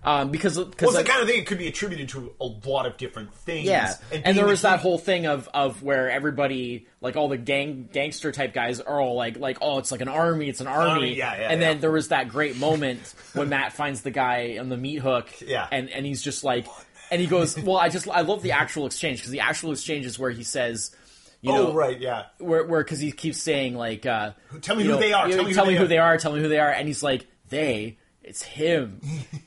Um, because because
Well, it's the kind of thing that could be attributed to a lot of different things.
Yeah, and,
being
there
the
was that
key-
whole thing of of where everybody, like all the gang gangster type guys, are all like like oh, it's like an army, it's an army.
yeah, yeah,
and then
yeah.
there was that great moment when Matt finds the guy on the meat hook.
Yeah.
and and he's just like, and he goes, well, I just I love the actual exchange because the actual exchange is where he says, you
Oh
know,
right, yeah.
where where because he keeps saying like uh
Tell me
you
who
know,
they are,
you know,
tell me who
tell me
they
who
are.
they are tell me who they are and he's like they it's him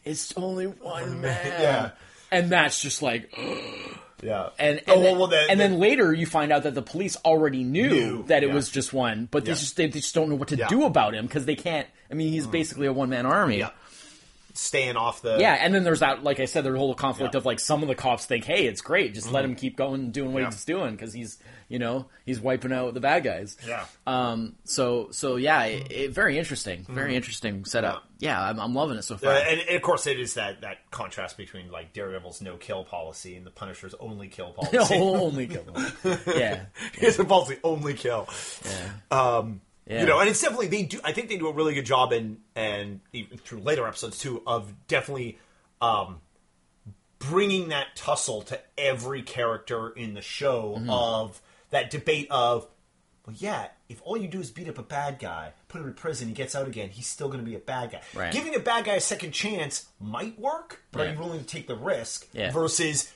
it's only one man
Yeah.
and that's just like
Yeah.
and and,
Oh,
then,
well, the-
and
the-
then later you find out that the police already knew,
Knew,
that it
yeah.
was just one but they
Yeah.
just they, they just don't know what to
Yeah. Mm.
do about him because they can't i mean he's basically a one-man army
yeah. Staying off the
Yeah, and then there's that, like I said, the whole conflict
Yeah. Mm.
of like some of the cops think, "Hey, it's great, just let him keep going and doing what
Yeah.
he's doing because he's, you know, he's wiping out the bad guys."
Yeah.
Um. So so yeah, it, it, very interesting,
Mm.
very interesting setup. Yeah, I'm, I'm loving it so
Uh,
far.
and, and of course, it is that, that contrast between like Daredevil's no kill policy and the Punisher's only kill policy.
No, only kill. Yeah.
His policy only kill. Um,
yeah.
You know, and it's definitely they do. I think they do a really good job, and and even through later episodes too, of definitely um, bringing that tussle to every character in the show
Mm-hmm.
of that debate of, well, yeah, if all you do is beat up a bad guy, put him in prison, he gets out again, he's still going to be a bad guy.
Right.
Giving a bad guy a second chance might work, but are
Right.
you willing to take the risk?
Yeah.
Versus,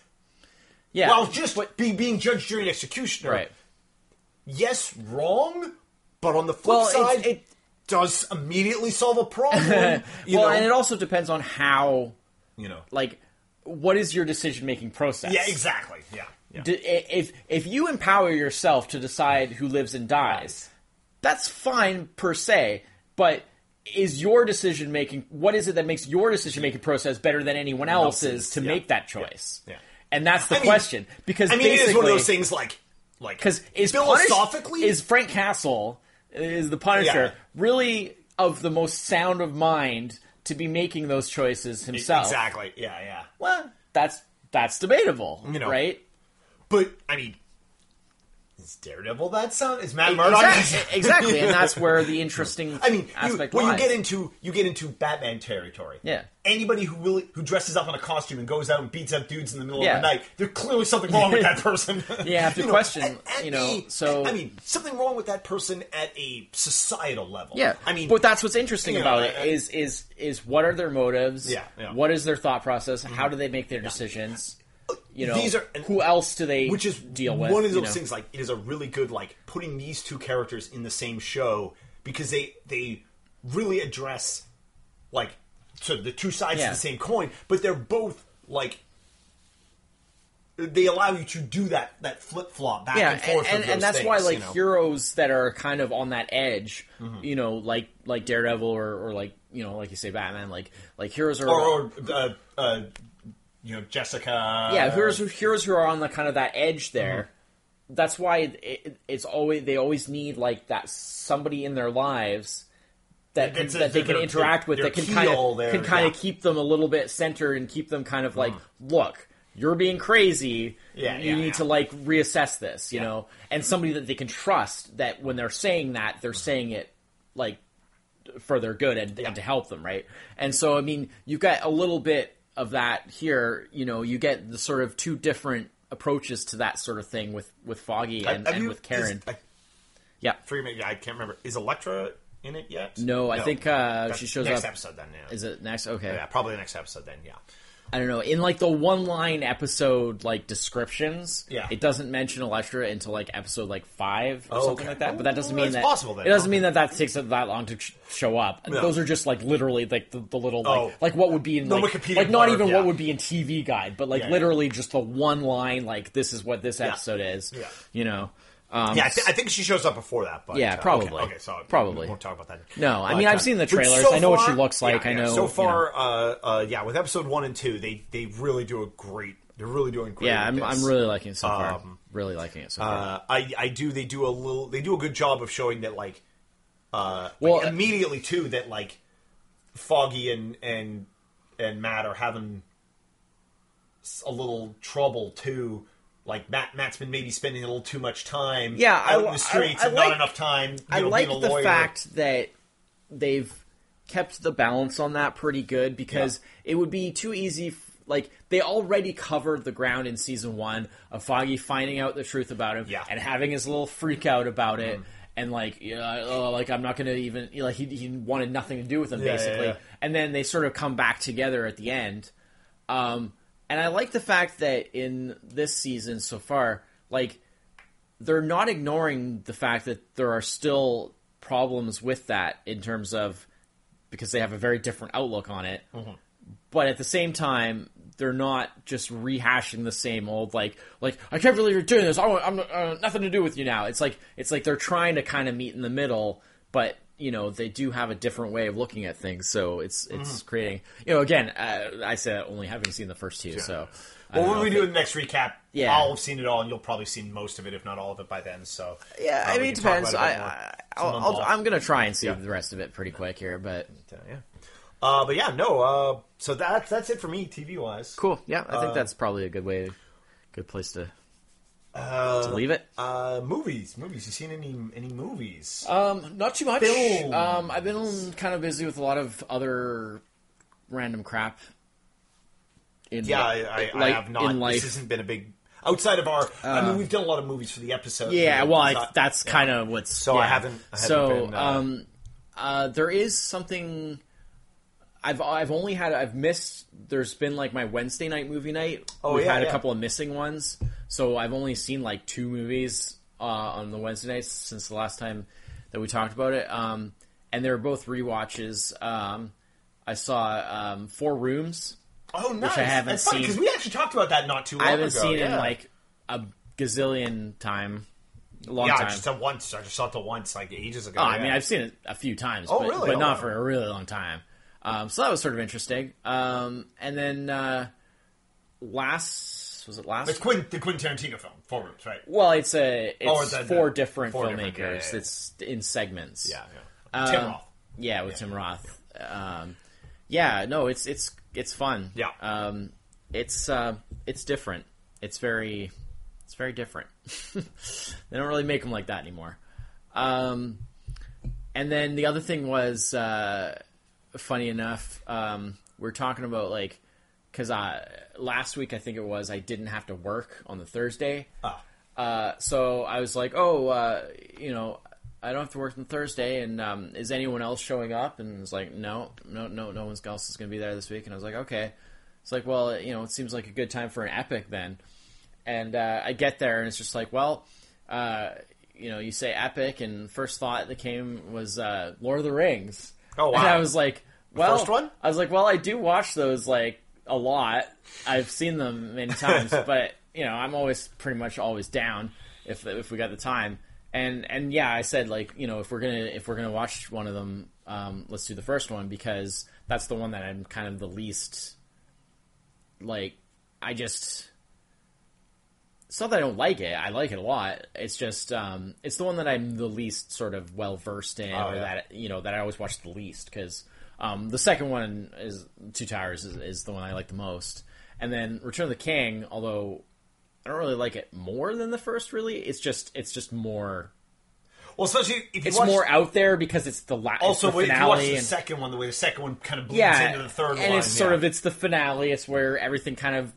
yeah.
well, just be being judged during executioner.
right.
Yes, wrong, but on the flip
Well, it's-
side,
it-
does immediately solve a problem. You
well,
know,
and it also depends on how,
you know,
like, what is your decision making process?
yeah, exactly, yeah, yeah.
D- i- if if you empower yourself to decide who lives and dies, that's fine per se. But is your decision making? What is it that makes your decision making process better than anyone else's
else's,
to
yeah,
make that choice?
yeah, yeah.
And that's the
I mean-
question because
I mean, it is one of those
basically-
things like, like,
Because is Punish-
philosophically,
is Frank Castle is the Punisher
Yeah.
really of the most sound of mind to be making those choices himself?
exactly, yeah, yeah.
Well, that's that's debatable,
You know,
right?
But I mean, is Daredevil that sound? Is Matt Murdock?
Exactly, E, exactly, and that's where the interesting
I mean, you,
aspect
well, you
lies.
get into you get into Batman territory.
Yeah.
Anybody who really who dresses up in a costume and goes out and beats up dudes in the middle
Yeah.
of the night, there's clearly something wrong with that person.
Yeah, I have to question, you know,
a-
so-
I mean, something wrong with that person at a societal level.
yeah,
I mean,
but that's what's interesting
you know,
about
I-
it is is is what are their motives?
Yeah, yeah. Mm-hmm.
What is their thought process? How do they make their decisions? You know,
These are- and-
who else do they
which is
deal with?
one of
you
those
know?
things. Like, it is a really good like putting these two characters in the same show because they they really address like so the two sides
Yeah.
of the same coin, but they're both like they allow you to do that that flip flop back
yeah,
and forth,
and,
of
and,
those
that's
things,
why like
you know? Mm-hmm.
heroes that are kind of on that edge, you know, like like Daredevil or, or like you know, like you say Batman, like like heroes are
or, or uh, uh, you know Jessica, Uh,
yeah, heroes who heroes who are on the kind of that edge there
Mm-hmm.
that's why it, it, it's always they always need like that somebody in their lives that can,
It's a-
that they can
they're-
interact with
they're
that can
keel
kind of
there,
can kind
yeah. Mm.
of keep them a little bit centered and keep them kind of like look you're being crazy
Yeah,
you
yeah,
need
yeah.
to like reassess this you
Yeah.
know and somebody that they can trust that when they're saying that
Mm-hmm.
they're saying it like for their good and, and to help them, right? And so, I mean, you've got a little bit of that here. You know, you get the sort of two different approaches to that sort of thing with with Foggy and,
Have
and
you-
with Karen.
is- I,
yeah.
forgive me, I can't remember. Is Electra in it yet?
No, I think uh, she shows
next
up.
episode then. Yeah.
Is it next? Okay.
yeah, probably the next episode then. Yeah,
I don't know. In like the one line episode like descriptions,
Yeah.
it doesn't mention Electra until like episode like five or
Oh,
something
okay.
like that. But that doesn't
Oh,
mean
it's
that
possible then.
it doesn't
Okay.
mean that that takes that long to sh- show up.
No.
Those are just like literally like the, the little like
Oh.
like what would be in
The
like,
Wikipedia
like not
blurb,
even
yeah.
what would be in TV guide, but like
Yeah, yeah.
literally just the one line like this is what this episode is.
Yeah.
You know. Um,
yeah. I, th- I think she shows up before that. But
Yeah,
uh, okay,
probably.
Okay, so
Probably.
we won't talk about that.
No, I
But,
mean, I've
uh,
seen the
but
trailers.
so
I know what she
far-
looks like.
yeah,
I
yeah.
know,
So
you know.
far, uh, uh, yeah, with episode one and two, they they really do a great. They're really doing great.
yeah,
with
I'm,
this.
I'm really liking it so far.
Um,
really liking it so far.
Uh, I I do. They do a little. They do a good job of showing that like. Uh,
Well,
like,
uh,
immediately too that like, Foggy and and and Matt are having s- a little trouble too. Like Matt, Matt's been maybe spending a little too much time.
Yeah, I
out in
wa-
the streets
I- I
and
like-
not enough time. you
I
know,
like
being a
the
lawyer.
fact that they've kept the balance on that pretty good because it would be too easy. F- like they already covered the ground in season one of Foggy finding out the truth about him
Yeah. Mm.
and having his little freak out about it. And like, you know, oh, like I'm not gonna even you know, like he, he wanted nothing to do with him
Yeah, yeah,
basically.
yeah.
And then they sort of come back together at the end. Um, and I like the fact that in this season so far, like they're not ignoring the fact that there are still problems with that in terms of because they have a very different outlook on it.
Mm-hmm.
But at the same time, they're not just rehashing the same old like like I can't believe you're doing this. I want, I'm uh, nothing to do with you now. It's like it's like they're trying to kind of meet in the middle, but you know they do have a different way of looking at things. So it's it's
Mm-hmm.
creating you know again uh, I said only having seen the first two. So I
Well,
don't
when
know
we
if
do
it-
the next recap,
Yeah.
I'll have seen it all, and you'll probably seen most of it, if not all of it, by then. So
Yeah,
uh,
I
we
mean, it
can talk
depends.
about
I,
it more.
I,
Some
I'll, I'll,
unbox-
I'm gonna try and see the rest of it pretty quick here, but
yeah. Uh, but yeah, no. Uh, so that's that's it for me, TV wise.
cool. Yeah, I think that's probably a good way, good place to, to leave it.
Uh, movies, movies. You seen any any movies?
Um, not too much.
Films.
Um, I've been kind of busy with a lot of other random crap. In
yeah,
li-
I, I, I
like-
have not.
in life. Uh,
This hasn't been a big outside of our. I mean, we've done a lot of movies for the episode. uh,
Yeah, well, I,
Not-
that's kind of what's.
So I
yeah.
haven't- I haven't
so
been, uh,
um, uh, there is something. I've I've only had I've missed. There's been like my Wednesday night movie night.
Oh,
We've
yeah,
had a
yeah.
couple of missing ones. So I've only seen like two movies uh, on the Wednesday nights since the last time that we talked about it. Um, and they were both rewatches. Um, I saw um, Four Rooms.
Oh, nice.
I haven't
That's funny
seen.
because we actually talked about that not too long
I
ago.
haven't seen it in
yeah.
like a gazillion time. A long
yeah, I
time.
just saw once. I just saw it once like ages ago.
Oh, I
yeah.
mean, I've seen it a few times, but,
really?
but
Oh,
not
wow.
for a really long time. Um, so that was sort of interesting. Um, and then uh, last was it last?
It's Quentin, the Quentin Tarantino film, Four Rooms, right?
well, it's a it's
Oh, is that
four
the-
different
four
filmmakers.
different- yeah, yeah, yeah.
It's in segments.
Yeah, yeah. Tim
Um,
Roth.
Yeah, with Tim Roth. Yeah. Um, yeah, no, it's it's it's fun.
Yeah.
um, it's uh, it's different. It's very it's very different. they don't really make them like that anymore. Um, and then the other thing was, uh, funny enough, um, we're talking about like because I last week I think it was I didn't have to work on the Thursday.
Ah.
Uh, so I was like, oh, uh, you know, I don't have to work on Thursday, and um, is anyone else showing up? And it's like, no, no, no, no one else is going to be there this week. And I was like, okay. It's like, well, you know, it seems like a good time for an epic then. And uh, I get there, and it's just like, well, uh, you know, you say epic, and first thought that came was uh, Lord of the Rings.
Oh, wow.
And I was like, well,
first one?
I was like, well, I do watch those like a lot. I've seen them many times, but you know, I'm always pretty much always down if if we got the time. And and yeah, I said like you know if we're gonna if we're gonna watch one of them, um, let's do the first one because that's the one that I'm kind of the least like. I just it's not that I don't like it. I like it a lot. It's just um, it's the one that I'm the least sort of well versed in,
Oh,
or
yeah.
that you know that I always watch the least because um, the second one is Two Towers is, is the one I like the most, and then Return of the King. Although I don't really like it more than the first. Really, it's just it's just more
Well, especially if you
it's
watch,
more out there because it's the last.
also
the
if you watch
finale
the
and,
second one, the way the second one kind of bleeds
yeah,
into the third
and
one,
it's sort
yeah.
of it's the finale. It's where everything kind of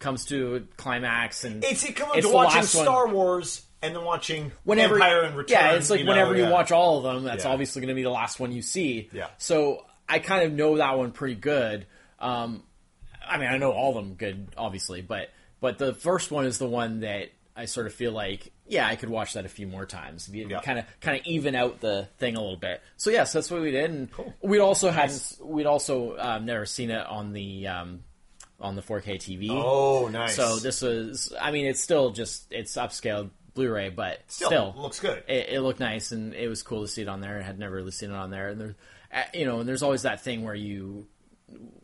comes to a climax and
It's equivalent
it's
to
the
watching
last one.
Star Wars and then watching
whenever
Empire and Return.
Yeah, it's like
you know,
whenever
yeah.
you watch all of them, that's
Yeah.
obviously going to be the last one you see.
Yeah.
So I kind of know that one pretty good. Um, I mean, I know all of them good, obviously, but but the first one is the one that I sort of feel like, yeah, I could watch that a few more times.
Yeah.
Kind of kind of even out the thing a little bit. So yes, that's what we did. And We'd also hadn't we'd also um, never seen it on the um, on the 4K TV.
Oh, nice.
So this was, I mean, it's still just it's upscaled Blu-ray, but still,
looks good.
It, it looked nice, and it was cool to see it on there. I had never really seen it on there, and there, uh, you know, and there's always that thing where you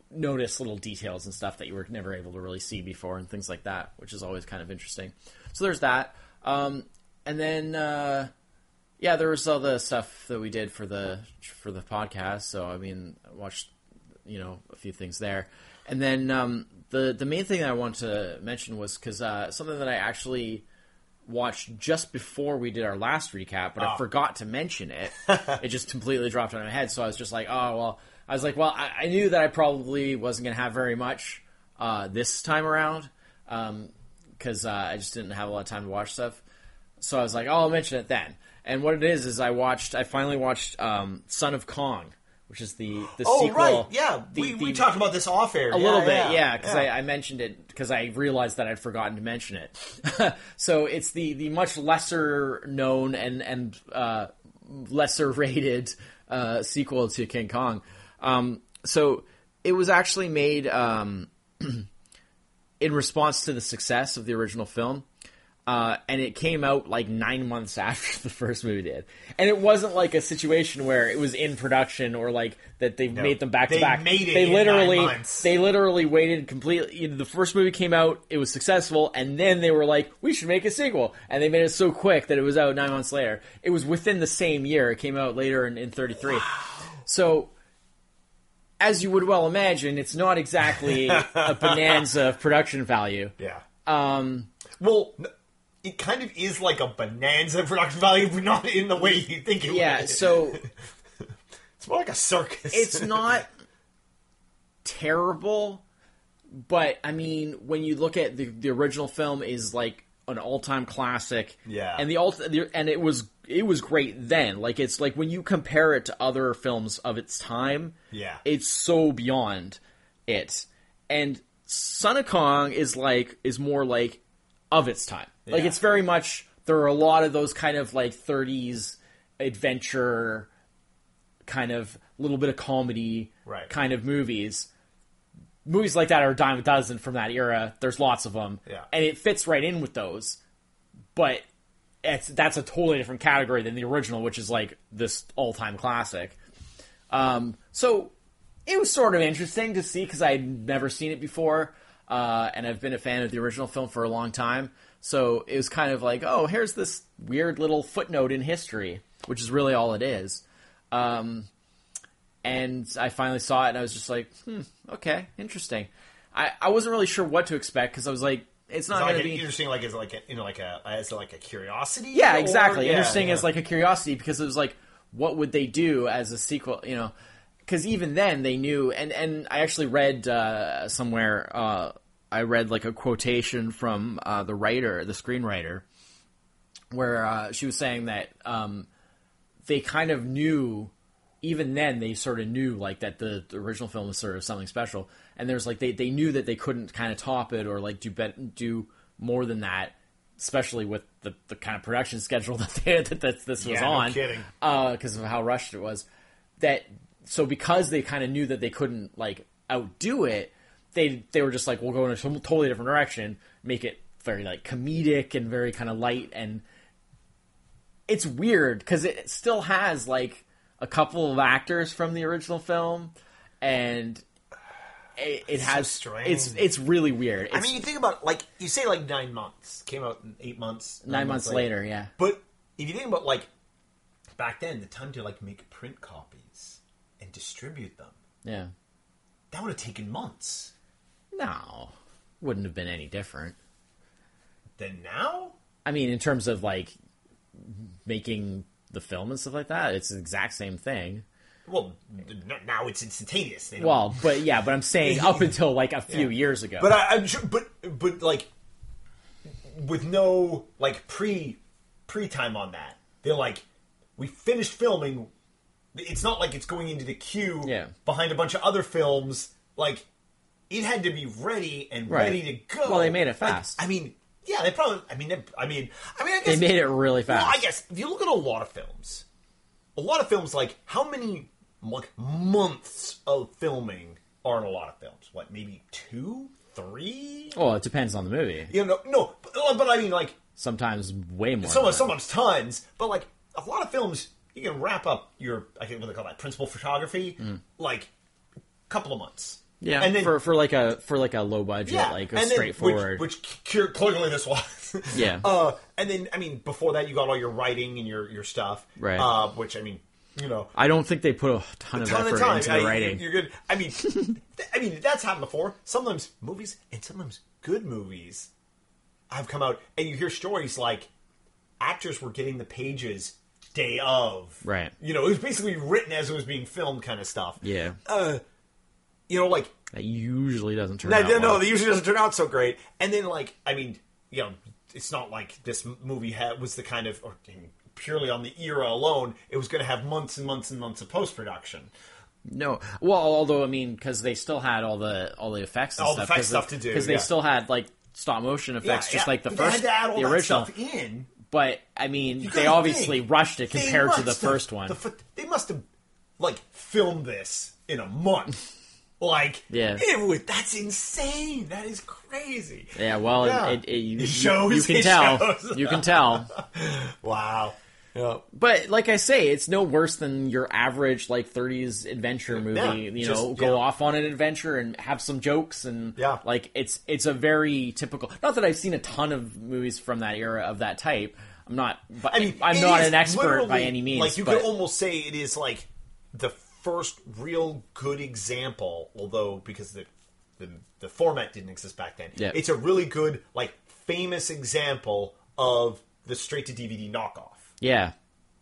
notice little details and stuff that you were never able to really see before, and things like that, which is always kind of interesting. So there's that, um, and then. Uh, yeah, there was all the stuff that we did for the for the podcast. So I mean, I watched you know a few things there, and then um, the the main thing that I wanted to mention was because uh, something that I actually watched just before we did our last
Ah.
recap, but I forgot to mention it. it just completely dropped out of my head. So I was just like, oh well. I was like, well, I, I knew that I probably wasn't going to have very much uh, this time around because uh, I just didn't have a lot of time to watch stuff. So I was like, oh, I'll mention it then. And what it is is I watched, I finally watched um, Son of Kong, which is the the
oh,
sequel.
right. Yeah,
the-
we, we
the-
talked about this off air
a little bit, yeah, because I, I mentioned it because I realized that I'd forgotten to mention it. so it's the the much lesser known and and uh, lesser rated uh, sequel to King Kong. Um, so it was actually made um, in response to the success of the original film. Uh, and it came out like nine months after the first movie did, and it wasn't like a situation where it was in production or like that they made them back
They
to back.
made it
They
in nine
literally,
months.
they literally waited completely. you know, The first movie came out, it was successful, and then they were like, "We should make a sequel," and they made it so quick that it was out nine months later. It was within the same year. It came out later in, in '33. So, as you would well imagine, it's not exactly a bonanza of production value.
yeah. Um, well, n- it kind of is like a bonanza of production value, but not in the way you think it
Yeah,
would.
so
it's more like a circus.
it's not terrible, but I mean, when you look at the the original film, is like an all time classic.
Yeah.
and the alt the- and it was it was great then. Like it's like when you compare it to other films of its time.
Yeah.
it's so beyond it, and Son of Kong is like is more like of its time. Like
Yeah.
it's very much there are a lot of those kind of like 30s adventure kind of little bit of comedy
Right.
kind of movies. Movies like that are a dime a dozen from that era. There's lots of them,
Yeah.
and it fits right in with those. But it's that's a totally different category than the original, which is like this all time classic. Um, so it was sort of interesting to see because I'd never seen it before, uh, and I've been a fan of the original film for a long time. So it was kind of like, oh, here's this weird little footnote in history, which is really all it is. Um, and I finally saw it, and I was just like, hmm, okay, interesting. I, I wasn't really sure what to expect because I was like, it's not
It's like
going
an
to be
interesting, like as like a, you know, like a as like a curiosity.
yeah,
or-
exactly.
yeah,
Interesting
yeah.
as like a curiosity because it was like, what would they do as a sequel? You know, because even then they knew, and and I actually read uh, somewhere, uh, I read like a quotation from uh, the writer, the screenwriter, where uh, she was saying that um, they kind of knew even then they sort of knew like that the, the original film was sort of something special and there's like they, they knew that they couldn't kind of top it or like do bet do more than that especially with the, the kind of production schedule that, they, that, that this was
Yeah, no
on
kidding.
because of how rushed it was that so because they kind of knew that they couldn't like outdo it they they were just like we'll go in a to- totally different direction make it very like comedic and very kind of light and it's weird because it still has like a couple of actors from the original film, and it, it
so
has
strange.
It's it's really weird. It's
I mean, you think about like you say like nine months came out in eight months,
nine, months later. Yeah.
But if you think about like back then, the time to like make print copies and distribute them
Yeah.
that would have taken months.
No, wouldn't have been any different.
Then now,
I mean, in terms of like making the film and stuff like that, it's the exact same thing.
well, n- now it's instantaneous. They don't-
Well, but yeah, but I'm saying up until like a few years ago.
but I, I'm sure, but but like with no like pre pre time on that, they're like we finished filming. It's not like it's going into the queue
Yeah.
behind a bunch of other films. Like it had to be ready and
Right.
ready to go.
Well, they made it
Like,
fast.
I mean, yeah, they probably. I mean, they, I mean, I mean, I
they
guess
made it really fast.
Well, I guess if you look at a lot of films, a lot of films like how many like months of filming are in a lot of films? What maybe two, three?
Well, it depends on the movie.
You know, no, but, but I mean like
Sometimes way more.
some
than that.
sometimes tons, but like a lot of films you can wrap up your I think what they call that principal photography like a couple of months.
Mm. Yeah,
and then
for for like a for like a low budget,
yeah,
like
and
a
then-
straightforward.
which, which clear- clearly this was.
Yeah.
Uh, and then I mean, before that, you got all your writing and your your stuff,
Right.
Uh, which I mean, you know,
I don't think they put a ton of
ton
effort
of time
into
I-
the
you-
writing.
You're good. I mean, th- I mean that's happened before. Sometimes movies and sometimes good movies have come out, and you hear stories like actors were getting the pages day of,
Right.
You know, it was basically written as it was being filmed, kind of stuff.
yeah,
You know, like
that usually doesn't turn
Uh, no,
out.
no, no,
well.
it usually doesn't turn out so great. And then, like, I mean, you know, it's not like this m- movie had, was the kind of or, I mean, purely on the era alone. It was going to have months and months and months of post production.
No, well, although I mean, because they still had all the all the effects, and
All the
stuff,
effects stuff to do,
because they
yeah.
still had like stop motion effects, just like the
Uh, they
first,
had to add all
the
that
original.
stuff in.
But I mean, they
gotta
obviously
think.
rushed it
They
compared to
must
the
have-
first one.
the fir- they must have like filmed this in a month. Like,
Yeah.
it was, that's insane. That is crazy.
yeah, well, it-
Yeah.
It, it, you,
It shows,
you can
it
tell,
shows.
you can tell.
Wow. Yeah.
But like I say, it's no worse than your average like 30s adventure movie.
Yeah,
you
just-
know, go
yeah.
off on an adventure and have some jokes and
Yeah.
like it's it's a very typical. Not that I've seen a ton of movies from that era of that type. I'm not, but I
I mean,
am
it
not
is
an expert by
literally-
any means.
Like you
but
could almost say it is like the first real good example, although because the the, the format didn't exist back then.
Yeah.
It's a really good, like famous example of the straight to DVD knockoff.
yeah,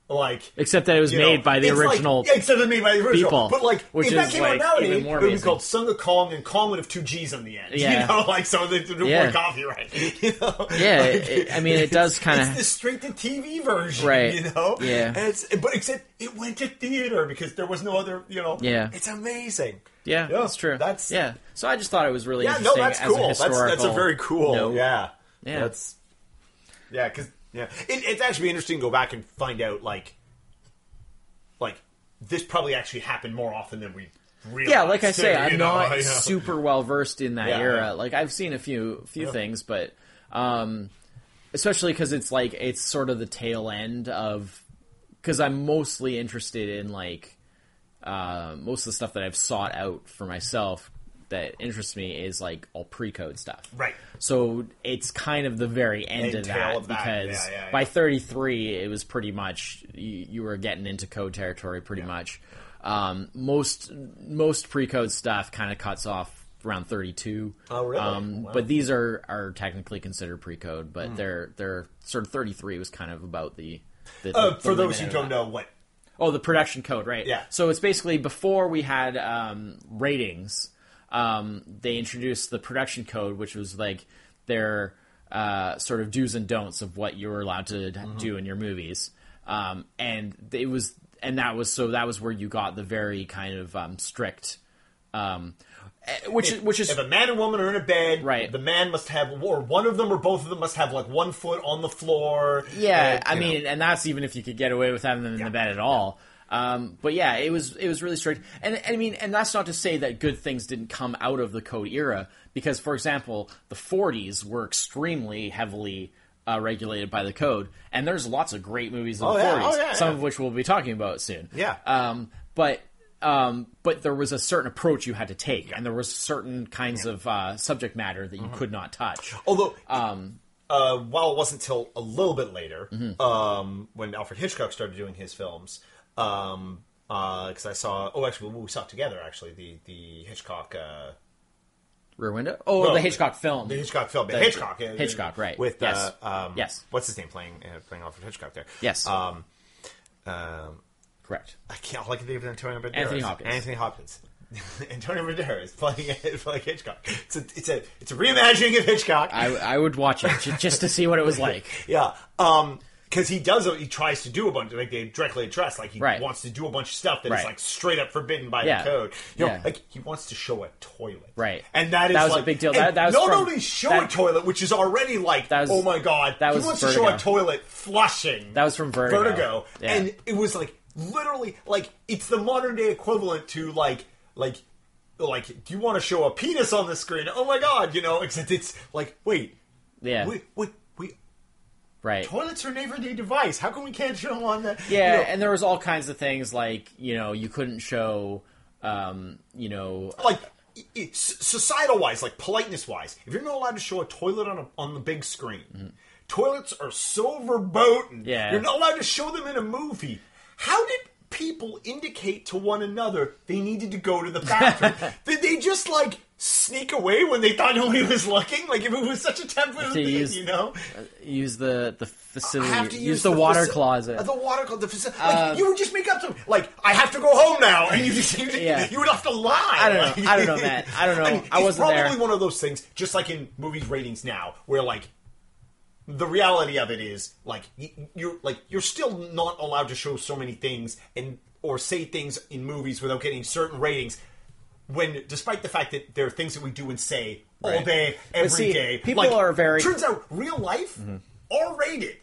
Like
except that it was
you
made
know,
by the
it's like-
original.
yeah, except it's made by the original
people,
But like
which
if that
is,
came
like,
out nowadays,
even more
it would be
amazing.
called Sung of Kong and Kong would have two G's on the end.
Yeah.
You know, like so they do
Yeah.
more copyright. You know?
yeah,
Like,
it- it- I mean, it does kind
it's the
of.
straight to TV version,
Right.
You know,
Yeah.
And it's, but except it went to theater because there was no other, you know.
Yeah.
It's amazing.
Yeah, that's true.
That's
yeah. So I just thought it was really
yeah. No,
interesting
that's
as a
cool. That's that's a
historical
very cool.
note.
Yeah.
Yeah.
That's yeah, because yeah, it, it's actually interesting to go back and find out like like this probably actually happened more often than we. Realized,
yeah, like I say,
too,
I'm
you know,
not
I know.
super well versed in that
Yeah,
era.
yeah.
Like I've seen a few few things, but um, especially because it's like it's sort of the tail end of because I'm mostly interested in like uh, most of the stuff that I've sought out for myself that interests me is like all pre-code stuff.
right.
So it's kind of the very end
And
of
tail
that,
of that.
because
Yeah, yeah, yeah.
by 33, it was pretty much you, you were getting into code territory pretty much. Um, most most pre-code stuff kind of cuts off around 32.
Oh, really?
Um,
Wow. Hmm.
But these are are technically considered pre-code, but they're they're sort of 33 was kind of about the. the
Uh,
the
for those
limit
who
of
don't
that.
know what
Oh, the production code, right?
Yeah.
So it's basically before we had um, ratings, um, they introduced the production code, which was like their uh, sort of do's and don'ts of what you were allowed to d- do in your movies, um, and it was and that was so that was where you got the very kind of um, strict, um, eh, which is which is
if a man and woman are in a bed,
Right.
The man must have, or one of them or both of them must have like one foot on the floor.
Yeah,
and,
I
Uh, you know.
mean, and that's even if you could get away with having them in the bed at all. Um, but yeah, it was it was really strict, and I mean, and that's not to say that good things didn't come out of the code era, because for example, the '40s were extremely heavily uh, regulated by the code, and there's lots of great movies in
Oh,
the
yeah.
'40s,
Oh, yeah,
some
yeah.
of which we'll be talking about soon.
Yeah.
Um, but Um, but there was a certain approach you had to take, and there was certain kinds of uh, subject matter that you
Uh-huh.
could not touch.
Although,
Um,
uh, while it wasn't till a little bit later,
Mm-hmm.
um, when Alfred Hitchcock started doing his films, because um, uh 'cause I saw, oh, actually, we saw it together. Actually, the the Hitchcock, uh,
Rear Window. Oh, the Hitchcock film.
the Hitchcock film, Hitchcock, uh,
Hitchcock, right.
With
Yes.
uh, um,
Yes.
what's his name playing uh, playing Alfred Hitchcock there?
Yes.
um, um,
Correct.
I can't like the name of Antonio Banderas.
Anthony Hopkins.
Anthony Hopkins. Antonio Banderas playing playing Hitchcock. It's a it's a it's a reimagining of Hitchcock.
I, I would watch it ju- just to see what it was like.
Yeah, um, because he does, he tries to do a bunch. Like they directly address, like he
Right.
wants to do a bunch of stuff that is
Right.
like straight up forbidden by
Yeah.
the code. You know,
Yeah.
like he wants to show a toilet,
Right.
And that is
That was a
like,
big deal.
and
That- that was
not
from-
only show a
that-
toilet, which is already like,
That was-
oh my god,
that was
he wants to show a
Vertigo.
toilet flushing.
That was from Vertigo.
Vertigo,
Yeah.
and it was like literally like it's the modern day equivalent to like like. Like, do you want to show a penis on the screen? Oh my god, you know, except it's like, wait,
Yeah.
wait, wait, we
right.
toilets are an everyday device. How come we can't show on that?
Yeah,
you know,
and there was all kinds of things like you know you couldn't show, um, you know,
like societal wise, like politeness wise, if you're not allowed to show a toilet on a, on the big screen, toilets are so verboten.
Mm-hmm. Yeah.
you're not allowed to show them in a movie. How did people indicate to one another they needed to go to the bathroom? did they just like? Sneak away when they thought nobody was looking. Like if it was such a temporary thing,
use-
you know.
use the the facility,
I have to use,
the, water
faci-
closet. Um,
uh, The water closet. The faci- like, you would just make up some. Like I have to go home now, and you just, you,
Yeah.
you would have to lie.
I don't know. I don't know, Matt. I don't know.
mean,
I wasn't
it's
there.
Probably one of those things, just like in movie ratings now, where like the reality of it is like y- you're like you're still not allowed to show so many things and or say things in movies without getting certain ratings. When, despite the fact that there are things that we do and say all
Right.
day, every day,
see, people are very-
turns out real life R rated.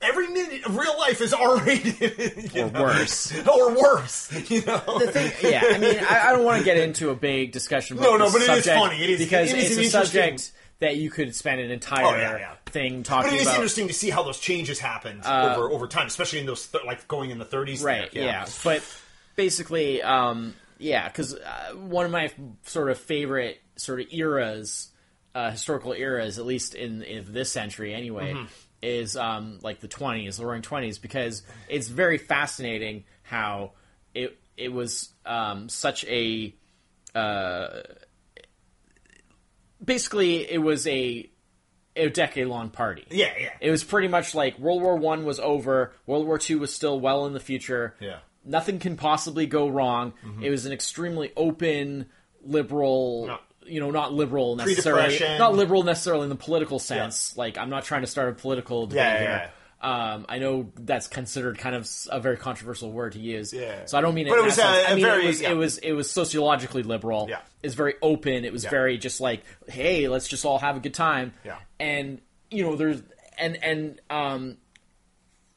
Every minute of real life is R rated,
Or worse.
or worse. You know,
yeah, I mean, I, I don't want to get into a big discussion. About
No, no,
this
but it is
subject
funny. It is-
because
it is an
it's a
interesting-
subject that you could spend an entire
Oh, yeah, yeah.
thing
but
talking
it is
about. Uh,
interesting to see how those changes happened over over time, especially in those th- like going in the 30s. there.
right? Yeah. but basically, um, yeah, because uh, one of my f- sort of favorite sort of eras, uh, historical eras, at least in, in this century anyway, is um, like the twenties, the Roaring Twenties, because it's very fascinating how it it was um, such a uh, basically it was a a decade long party.
yeah, yeah.
It was pretty much like World War One was over, World War Two was still well in the future.
Yeah. Mm-hmm.
Nothing can possibly go wrong. It was an extremely open, liberal
No.
you know, not liberal necessarily
Pre-depression.
not liberal necessarily in the political sense. Like I'm not trying to start a political debate
Yeah, yeah,
here. Um, I know that's considered kind of s- a very controversial word to use.
Yeah.
So I don't mean it.
But
in
it was,
that sense.
uh,
I mean
very-
it was
yeah.
it was it was sociologically liberal.
Yeah.
It's very open. It was very just like, hey, let's just all have a good time
Yeah.
and you know there's and and um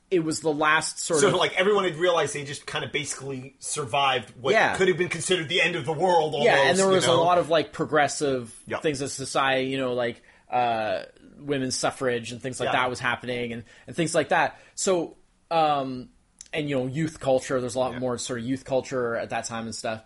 it was the last sort
So
of
like everyone had realized they just kind of basically survived what
Yeah.
could have been considered the end of the world. Almost,
yeah and there
you
was a
know?
lot of like progressive
Yeah.
things in society you know like uh women's suffrage and things like
Yeah.
that was happening and and things like that so um and you know youth culture there's a lot more sort of youth culture at that time and stuff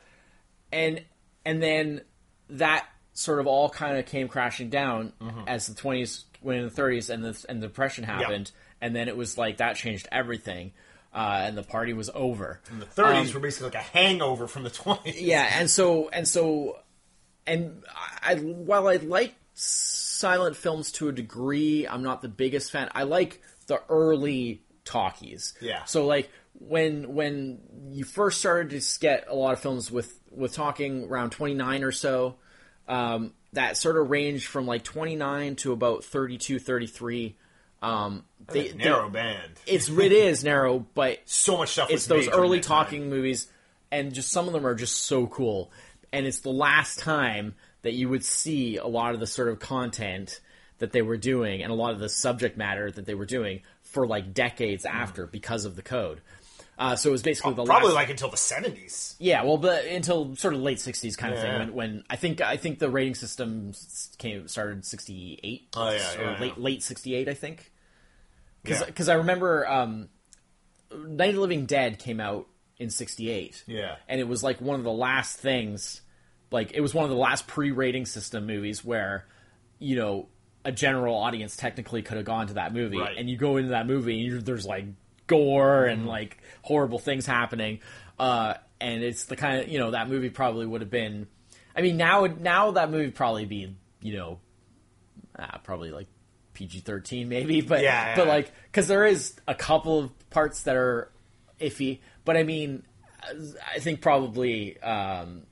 and and then that sort of all kind of came crashing down
Mm-hmm.
as the 20s went into the 30s and the and the depression happened and then it was like that changed everything uh, and the party was over
the 30s
um,
were basically like a hangover from the 20s.
yeah and so and so and I, I while i like silent films to a degree i'm not the biggest fan i like the early talkies
Yeah.
so like when when you first started to get a lot of films with with talking around 29 or so um, that sort of range from like 29 to about 32 33 um, they,
Like, narrow band.
they- it's it is narrow but
so much stuff.
it's
was
those
made during
early
that time.
talking movies, and just some of them are just so cool. And it's the last time that you would see a lot of the sort of content that they were doing and a lot of the subject matter that they were doing for like decades after because of the code. Uh, so it was basically the
Hmm. Oh, Probably
last,
like until the 70s.
yeah, well, but until sort of late '60s kind of
Yeah.
thing when, when I think I think the rating system s- came started '68
Oh, yeah,
or
yeah,
late
yeah.
late '68 I think because
Yeah.
I remember um, Night of the Living Dead came out in 68.
Yeah.
And it was like one of the last things like it was one of the last pre-rating system movies where you know a general audience technically could have gone to that movie
Right. Mm-hmm.
and you go into that movie and you're, there's like gore and like horrible things happening uh and it's the kind of you know that movie probably would have been i mean now now that movie probably be you know ah, probably like PG-13 maybe but
Yeah,
but
yeah.
like cuz there is a couple of parts that are iffy but i mean i think probably um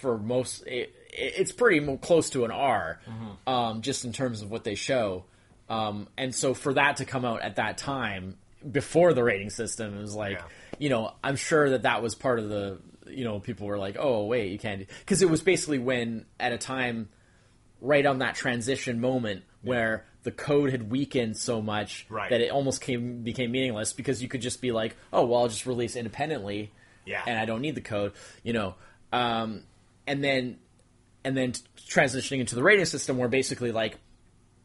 for most it, it's pretty mo- close to an R
Mm-hmm.
um just in terms of what they show um and so for that to come out at that time before the rating system it was like
Yeah.
you know i'm sure that that was part of the you know people were like oh wait you can't cuz it was basically when at a time right on that transition moment where the code had weakened so much
Right.
that it almost came became meaningless because you could just be like, oh well, I'll just release independently,
Yeah.
and I don't need the code, you know. Um, and then and then t- transitioning into the rating system where basically like.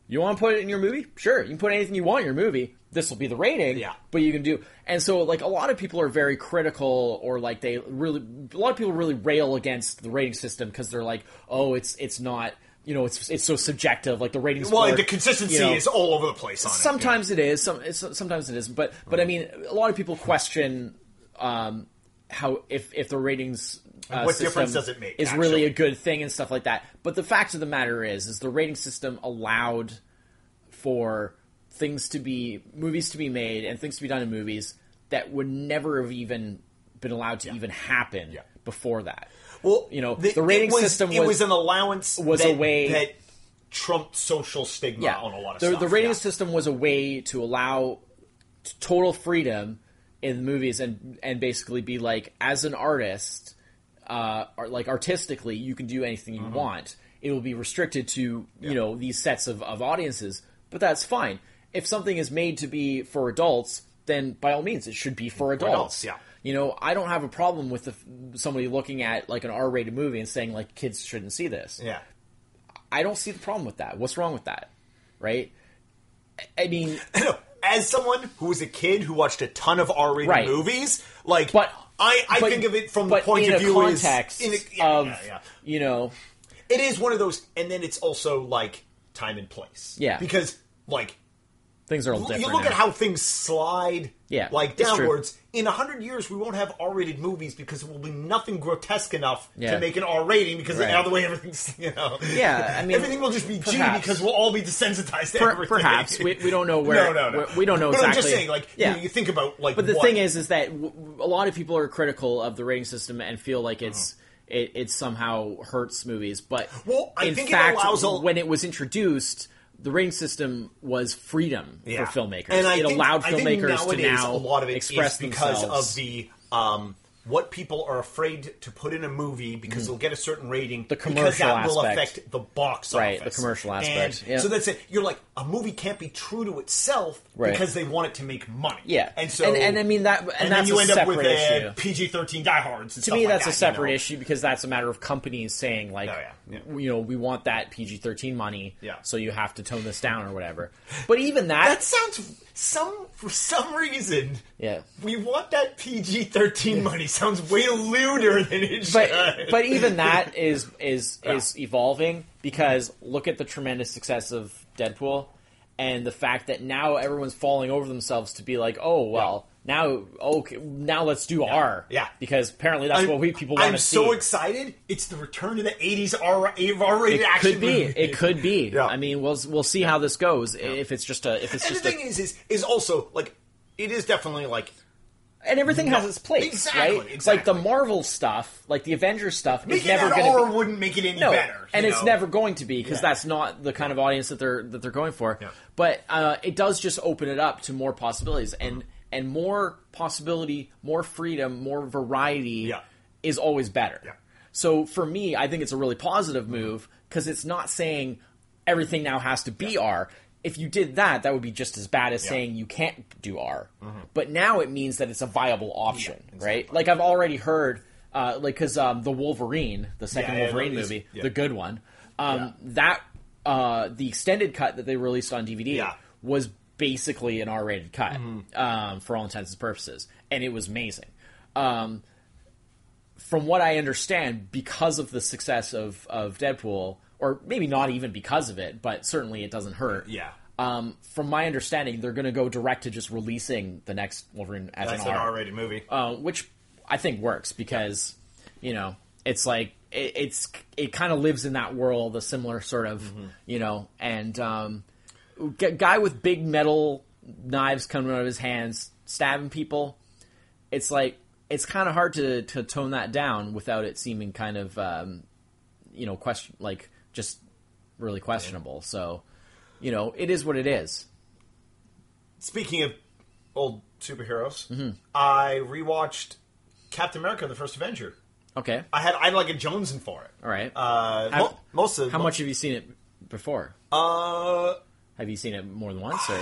You want to put it in your movie? Sure, you can put anything you want in your movie. This will be the rating.
Yeah.
But you can do. And so, like, a lot of people are very critical, or like, they really, a lot of people really rail against the rating system because they're like, oh, it's, it's not, you know, it's, it's so subjective. Like, the ratings.
Well,
board,
the consistency
you know,
is all over the place on it.
Sometimes it is. Some it's- sometimes it isn't. But but I mean, a lot of people question um, how if if the ratings uh,
what
system
difference does it make,
is really
actually?
a good thing and stuff like that. But the fact of the matter is, is the rating system allowed for things to be movies to be made and things to be done in movies that would never have even been allowed to even happen
Yeah.
before that.
Well,
you know,
the,
the rating
it was,
system
it
was-
was an allowance
was
that,
a way-
that trumped social stigma
yeah.
on a lot of
the,
stuff.
The rating
yeah.
system was a way to allow t- total freedom in the movies and and basically be like, as an artist, uh, ar- like artistically, you can do anything
Mm-hmm.
you want. It will be restricted to you know these sets of, of audiences, but that's fine. If something is made to be for adults, then by all means, it should be for adults.
adults, yeah.
You know, I don't have a problem with the, f- somebody looking at like an R-rated movie and saying like kids shouldn't see this.
Yeah.
I don't see the problem with that. What's wrong with that? Right? I- I mean,
As someone who was a kid who watched a ton of R-rated
Right.
movies, like,
but
I, I
but-
think of it from the
but
point
in
of
a
view
context
is, in a- yeah,
of
yeah, yeah.
you know,
it is one of those, and then it's also like time and place.
Yeah.
because like
things are all different.
you look
now.
at how things slide
Yeah,
like
it's true.
downwards in a 100 years we won't have r-rated movies because it will be nothing grotesque enough
Yeah.
to make an r rating because
Right.
now the way everything's you know
Yeah, I mean,
everything will just be g
perhaps.
because we'll all be desensitized to
Per-
everything
perhaps. We- we don't know
no
where-
no no
we- we don't know
but I'm just
exactly.
saying like
Yeah.
you, you think about like
But the thing is, is that w- w- a lot of people are critical of the rating system and feel like it's it, it somehow hurts movies. But
Uh-huh. Well, I
in
think it
fact,
allows a-
when it was introduced, the rating system was freedom for filmmakers.
And I
it
think-
allowed
I think
filmmakers to
nowadays
now
a lot of it is
express
because
themselves.
of the um, what people are afraid to put in a movie because they'll get a certain rating. The because
Mm. commercial
that will
aspect.
affect the box
Right,
office,
the commercial aspect,
And
yeah.
So that's it. You're like a movie can't be true to itself
Right.
because they want it to make money.
Yeah.
and so
And- and I mean that- and
then
that's
you
a
end up with
separate issue.
uh, PG-13 diehards. And
to me, that's a separate issue because that's a matter of companies saying like,
Oh, yeah. Yeah.
you know, we want that PG thirteen money,
Yeah.
so you have to tone this down or whatever. But even that,
That sounds some for some reason.
yeah.
We want that PG thirteen money. Sounds way lewder than it
But
should.
but even that is is is evolving because look at the tremendous success of Deadpool and the fact that now everyone's falling over themselves to be like, oh well. Now, okay, now let's do R.
Yeah.
because apparently that's
I'm-
what we people want
I'm
to see.
so excited! It's the return to the '80s R- R-rated
it
action.
could be.
movie.
It could be.
Yeah.
I mean, we'll we'll see how this goes. If it's just a, if it's
And the
just
thing
a,
is, is is also like it is definitely like
and everything has its place,
Exactly,
right? It's Like
exactly.
the Marvel stuff, like the Avengers stuff, is
making
never
that
going to
R
be
wouldn't make it any
no,
better.
and
you
it's
know?
never going to be because
Yeah.
that's not the kind of audience that they're that they're going for.
Yeah.
But uh, it does just open it up to more possibilities and and more possibility, more freedom, more variety
Yeah.
is always better.
Yeah.
So for me, I think it's a really positive move because it's not saying everything now has to be R. If you did that, that would be just as bad as saying you can't do R.
Mm-hmm.
But now it means that it's a viable option, right? Like I've already heard, uh, like because um, the Wolverine, the second
Yeah, yeah,
Wolverine
that is-
movie,
yeah.
the good one, um,
Yeah.
that uh, the extended cut that they released on DVD
Yeah. Mm-hmm.
was basically an R-rated cut um, for all intents and purposes, and it was amazing. um, from what I understand, because of the success of of Deadpool, or maybe not even because of it, but certainly it doesn't hurt.
Yeah.
Um, from my understanding, they're going to go direct to just releasing the next Wolverine as
That's
an
an
R,
R-rated movie.
uh, which I think works because you know it's like it, it's it kind of lives in that world, a similar sort of you know, and um, g- guy with big metal knives coming out of his hands stabbing people. It's like it's kind of hard to to tone that down without it seeming kind of um, you know question like just really questionable. So you know, it is what it is.
Speaking of old superheroes,
Mm-hmm.
I rewatched Captain America: The First Avenger.
Okay,
I had I had like a Joneson for it.
all right.
Uh,
How-
mo- most of
How much have you seen it before?
Uh,
Have you seen it more than once?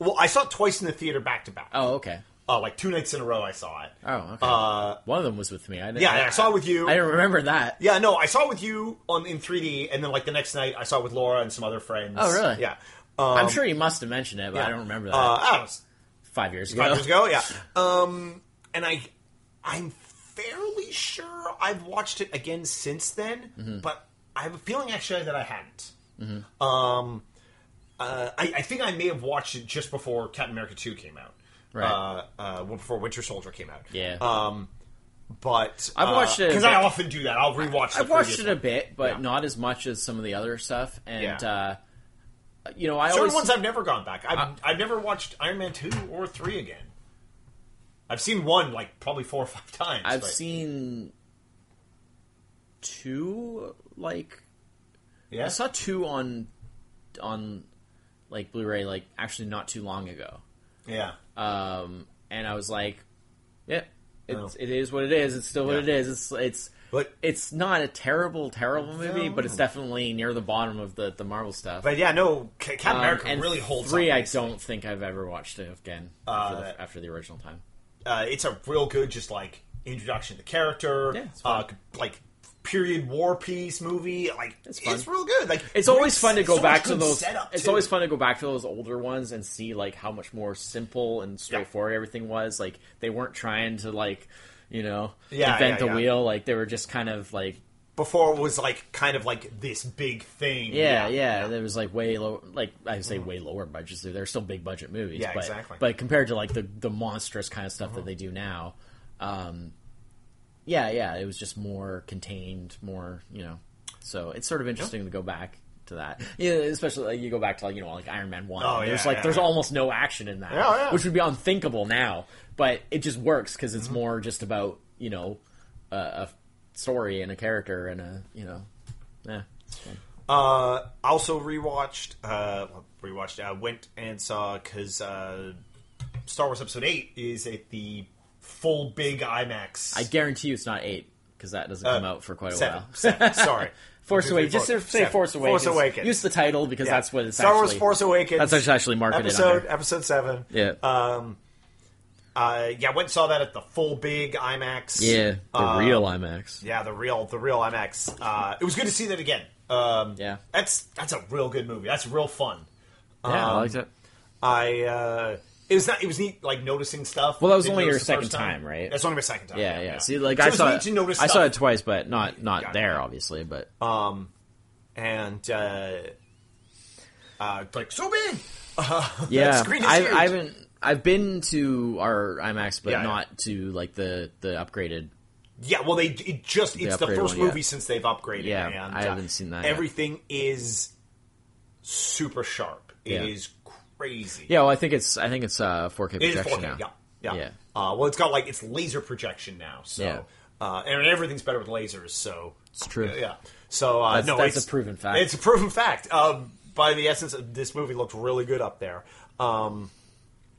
Or
well, I saw it twice in the theater back to back.
oh, okay.
Uh, like two nights in a row, I saw it.
Oh, okay. One of them was with me. I didn't,
Uh, Yeah, I saw it with you.
I didn't remember that.
Yeah, no, I saw it with you on in 3D, and then like the next night, I saw it with Laura and some other friends.
Oh, really?
Yeah. Um,
I'm sure you must have mentioned it, but I don't remember that.
Uh, I don't know, s-
five years ago.
five years ago, yeah. Um, and I, I'm fairly sure I've watched it again since then,
Mm-hmm.
but I have a feeling actually that I hadn't. Um, uh, I, I think I may have watched it just before Captain America Two came out,
Right.
Uh, uh, well, before Winter Soldier came out.
Yeah.
Um, but
I've watched it-
because I often do that. I'll rewatch.
I've
the
watched
previous
it
one.
a bit, but
Yeah.
not as much as some of the other stuff. And
Yeah.
uh, you know, I
Certain
always
ones I've never gone back.
Uh,
I've, I've never watched Iron Man two or three again. I've seen one like probably four or five times.
I've
but-
seen two. Like
Yeah.
I saw two on on like Blu-ray, like actually not too long ago.
yeah.
um, and I was like, "Yeah,
Oh.
it's, it is what it is. It's still what
Yeah.
it is. It's it's
But-
it's not a terrible, terrible movie,
No.
but it's definitely near the bottom of the the Marvel stuff."
But yeah, no, Ca- Captain
Um,
America
and
really holds
three.
up.
I don't think I've ever watched it again after,
Uh,
the, after the original time.
uh, it's a real good, just like introduction to the character.
Yeah, it's
uh,
fun.
like period war piece movie. Like
It's
it's,
fun.
real good. Like
It's always
great-
fun to
it's
go
so much
back to
good
those.
Setup,
It's
too.
always fun to go back to those older ones and see like how much more simple and straightforward everything was. Like they weren't trying to like, you know,
Yeah,
invent
yeah,
the
yeah.
wheel. Like they were just kind of like
before it was like kind of like this big thing.
Yeah, yeah, There was like way low, like I say, way lower budgets. They're- They're still big budget movies.
Yeah,
but,
exactly. Uh-huh.
But compared to like the the monstrous kind of stuff that they do now, um, yeah, yeah, it was just more contained, more you know. So it's sort of interesting to go back to that. Yeah, especially like, you go back to like you know like Iron Man one.
Oh,
there's
yeah,
like
yeah,
there's
yeah.
almost no action in that,
Yeah, yeah.
which would be unthinkable now. But it just works because it's
Mm-hmm.
more just about you know a, a story and a character and a you know. Yeah, it's fun.
Uh, I also rewatched, uh, well, rewatched. I went and saw because uh, Star Wars Episode Eight is at the full big IMAX.
I guarantee you it's not eight because that doesn't come out for quite a
Uh, seven,
while.
Oh, seven, sorry,
Force
One, two,
Awakens.
three,
Just
four,
to say
seven.
Force Awakens.
Force Awakens.
Use the title because
Yeah.
that's what it's
Star
actually.
Wars Force Awakens.
That's what's actually marketed
episode
under.
episode seven.
Yeah.
Um. Uh. Yeah. Went and saw that at the full big IMAX.
Yeah, the
Uh,
real IMAX.
Yeah. The real. The real IMAX. Uh. It was good to see that again. Um.
Yeah.
That's that's a real good movie. That's real fun.
yeah, I
um,
liked it.
I. uh it was not. It was neat, like noticing stuff.
Well, that was
Didn't
only
notice
your
the first
second time, right?
That's only my second time.
Yeah, yeah. See, like
So
I
it was
saw,
neat to notice
it, I saw
stuff.
it twice, but not not
Got it. Uh,
there, obviously. But
and uh, uh, like so big.
yeah,
screen is
I,
huge.
I haven't. I've been to our IMAX, but
Yeah, yeah.
not to like the the upgraded.
Yeah, well, they it just it's the
upgraded
first
one, yeah.
movie since they've upgraded.
Yeah,
and,
I
uh,
haven't seen that yet.
Everything is super sharp. It
Yeah.
is crazy.
Yeah, well, I think it's I think it's uh 4K
it is
projection
4K.
now.
Yeah, yeah.
Yeah.
Uh, well, it's got like it's laser projection now. So
Yeah.
uh, and everything's better with lasers. So
It's true.
yeah. So uh,
That's-
no,
that's
it's-
a proven fact.
It's a proven fact. Um, by the essence, of this movie looked really good up there. Um,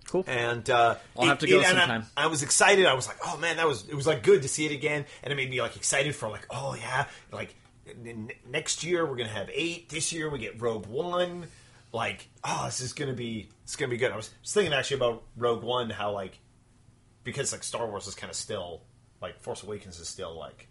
Cool.
and uh,
I'll have to go
and I-
sometime.
I, was excited. I was like, oh man, that was it was like good to see it again, and it made me like excited for like, oh yeah, like n- n- next year we're gonna have eight. This year we get Rogue One. Like, oh, this is gonna be it's gonna be good. I was, was thinking actually about Rogue One, how like because like Star Wars is kind of still like Force Awakens is still like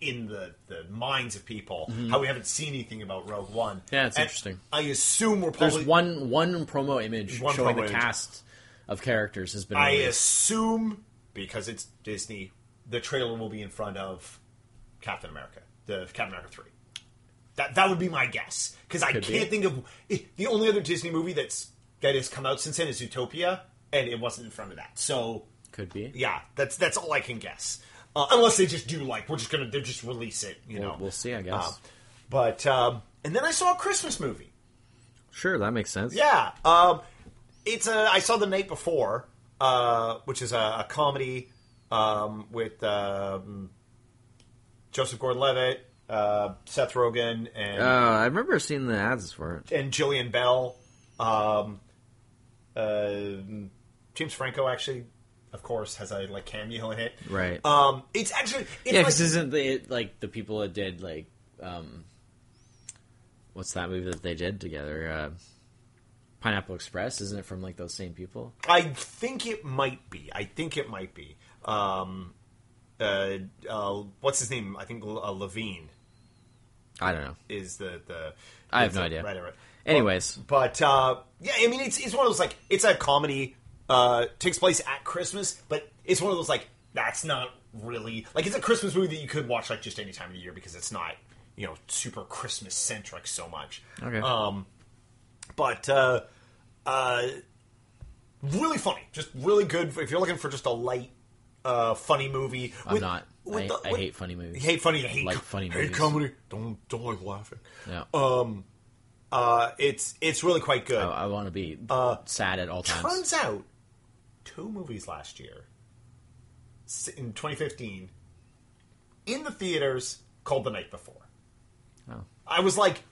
in the, the minds of people how we haven't seen anything about Rogue One.
Mm-hmm. Yeah, it's
And
interesting.
I assume we're probably
There's one one promo image
One
showing
promo
the
image.
cast of characters has been
I
released.
assume because it's Disney, the trailer will be in front of Captain America, the Captain America three. That that would be my guess because I
Could be.
can't think of it, the only other Disney movie that's that has come out since then is Utopia, and it wasn't in front of that. So
Could be.
yeah, that's that's all I can guess. Uh, unless they just do like we're just gonna they just release it, you know.
We'll see, I guess.
Uh, but um, and then I saw a Christmas movie.
Sure, that makes sense.
Yeah, um, it's a. I saw the night before, uh, which is a, a comedy um, with um, Joseph Gordon-Levitt, uh, Seth Rogen, and
Uh, I remember seeing the ads for it.
and Jillian Bell, um, uh, James Franco actually, of course, has a like cameo in it.
Right.
Um, it's actually it's
yeah,
like-
because isn't the, it, like the people that did like um, what's that movie that they did together? Uh, Pineapple Express. Isn't it from like those same people?
I think it might be. I think it might be. Um, uh, uh, what's his name? I think uh, Levine.
I don't know.
is the the.
I have
is
no
the-
idea.
Right, right.
Anyways,
But uh, yeah, I mean, it's it's one of those like it's a comedy uh, takes place at Christmas, but it's one of those like that's not really like it's a Christmas movie that you could watch like just any time of the year because it's not you know super Christmas centric so much.
okay.
Um, but uh, uh, really funny, just really good. If you're looking for just a light, uh, funny movie,
I'm not. I, I hate funny movies.
You hate funny. I hate,
Like
co-
funny
hate
movies.
comedy. Don't don't like laughing.
yeah.
Uh, it's it's really quite good.
I, want to be
uh,
sad at all times.
Turns out, two movies last year s- in 2015 in the theaters called The Night Before.
Oh.
I was like,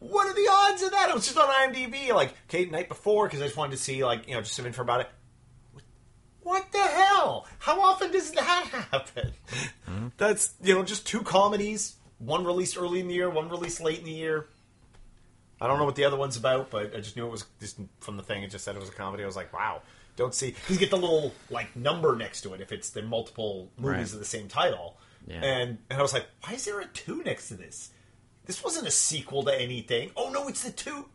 what are the odds of that? I was just on IMDb, like, okay, Night Before, because I just wanted to see, like, you know, just some info about it. What the hell? How often does that happen? That's you know just two comedies, one released early in the year, one released late in the year. I don't know what the other one's about, but I just knew it was just from the thing. It just said it was a comedy. I was like, wow. Don't see. He's get the little like number next to it if it's the multiple movies
Right.
of the same title.
Yeah.
And and I was like, why is there a two next to this? This wasn't a sequel to anything. Oh no, it's the two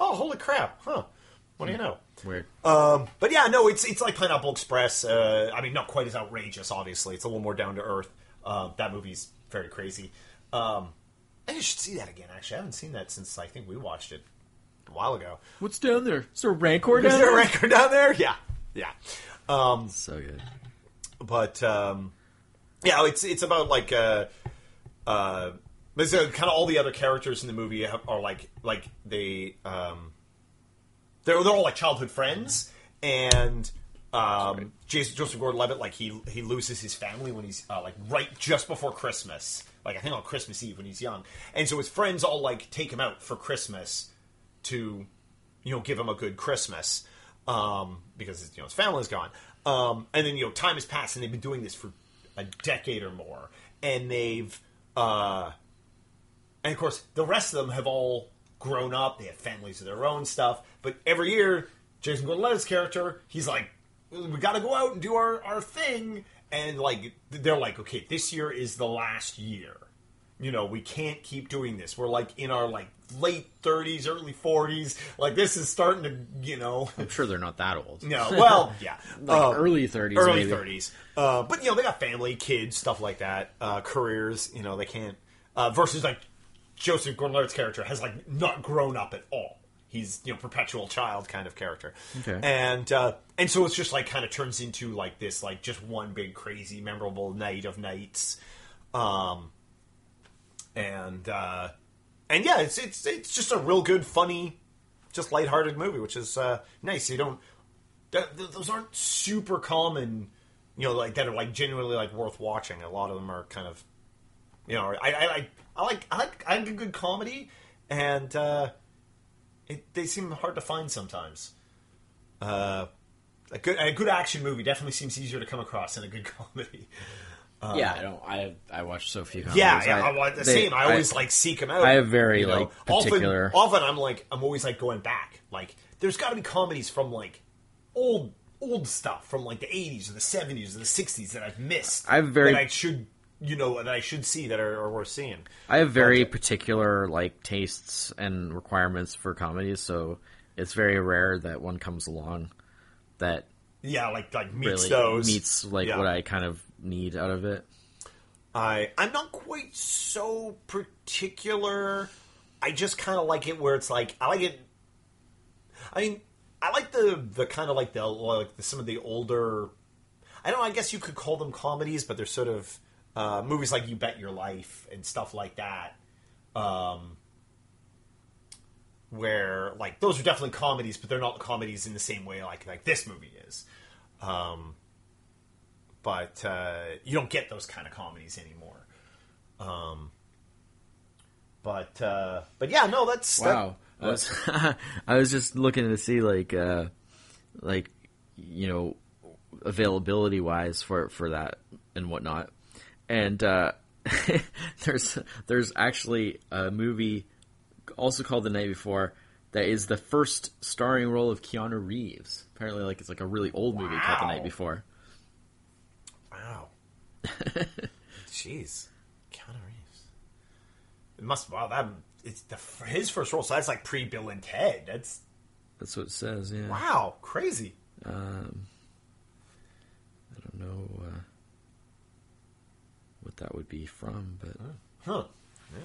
Oh, holy crap! Huh? What do you know?
Weird.
Um, but yeah, no, it's it's like Pineapple Express. Uh, I mean, not quite as outrageous, obviously. It's a little more down to earth. Uh, that movie's very crazy. Um, I think you should see that again. Actually, I haven't seen that since I think we watched it a while ago.
What's down there? Is there a rancor
Is there a record down there? Yeah, yeah. Um,
So good.
but um, yeah, it's it's about like uh, uh, but so kind of all the other characters in the movie have, are like like they um, they're they're all like childhood friends, and um, Jason Joseph Gordon-Levitt like he he loses his family when he's uh, like right just before Christmas, like I think on Christmas Eve when he's young, and so his friends all like take him out for Christmas to you know give him a good Christmas um, because you know his family's gone, um, and then you know time has passed and they've been doing this for a decade or more, and they've uh, and of course the rest of them have all grown up, they have families of their own stuff, but every year Jason Gordon-Levitt's character he's like we got to go out and do our our thing, and like they're like okay this year is the last year you know we can't keep doing this we're like in our like late 30s early 40s like this is starting to you know
I'm sure they're not that old.
no well yeah
Like
Um,
early 30s.
early
maybe.
30s uh, but you know they got family kids stuff like that uh, careers you know they can't uh, versus like joseph gordon-levitt's character has like not grown up at all he's you know perpetual child kind of character
Okay.
and uh, and so it's just like kind of turns into like this like just one big crazy memorable night of nights um and uh and yeah it's it's it's just a real good funny just lighthearted movie which is uh nice you don't th- th- those aren't super common you know like that are like genuinely like worth watching a lot of them are kind of you know i i like i like i like i like a good comedy and uh it, they seem hard to find sometimes uh a good a good action movie definitely seems easier to come across than a good comedy
yeah, I don't. I I watch so few.
yeah,
comedies.
yeah, I, want the
they-
same. I always like seek them out.
I have very, like,
often-
particular-
Often, I'm like, I'm always like going back. Like, there's got to be comedies from like old old stuff from like the 80s or the 70s or the 60s that I've missed.
I've very-
that I should you know that I should see that are, are worth seeing.
I have very particular like tastes and requirements for comedies, so it's very rare that one comes along that
yeah, like like meets
really
those
meets like
Yeah.
what I kind of need out of it.
I I'm not quite so particular. I just kind of like it where it's like I like it. I mean, I like the the kind of like the like the, some of the older. I don't. know, I guess you could call them comedies, but they're sort of uh, movies like You Bet Your Life and stuff like that. Um, where like those are definitely comedies, but they're not comedies in the same way like like this movie is Um, but uh, you don't get those kind of comedies anymore. Um, but uh, but yeah, no, that's that-
Wow. I was, I was just looking to see like uh like you know availability wise for for that and whatnot. And uh there's there's actually a movie also called The Night Before that is the first starring role of Keanu Reeves. Apparently like it's like a really old movie called The
Wow.
Night Before.
wow, jeez, Keanu Reeves. It must wow that it's the, his first role, so that's like pre Bill and Ted. That's
That's what it says, yeah. Um,
wow, crazy.
I don't know uh, what that would be from, but
Huh. Yeah.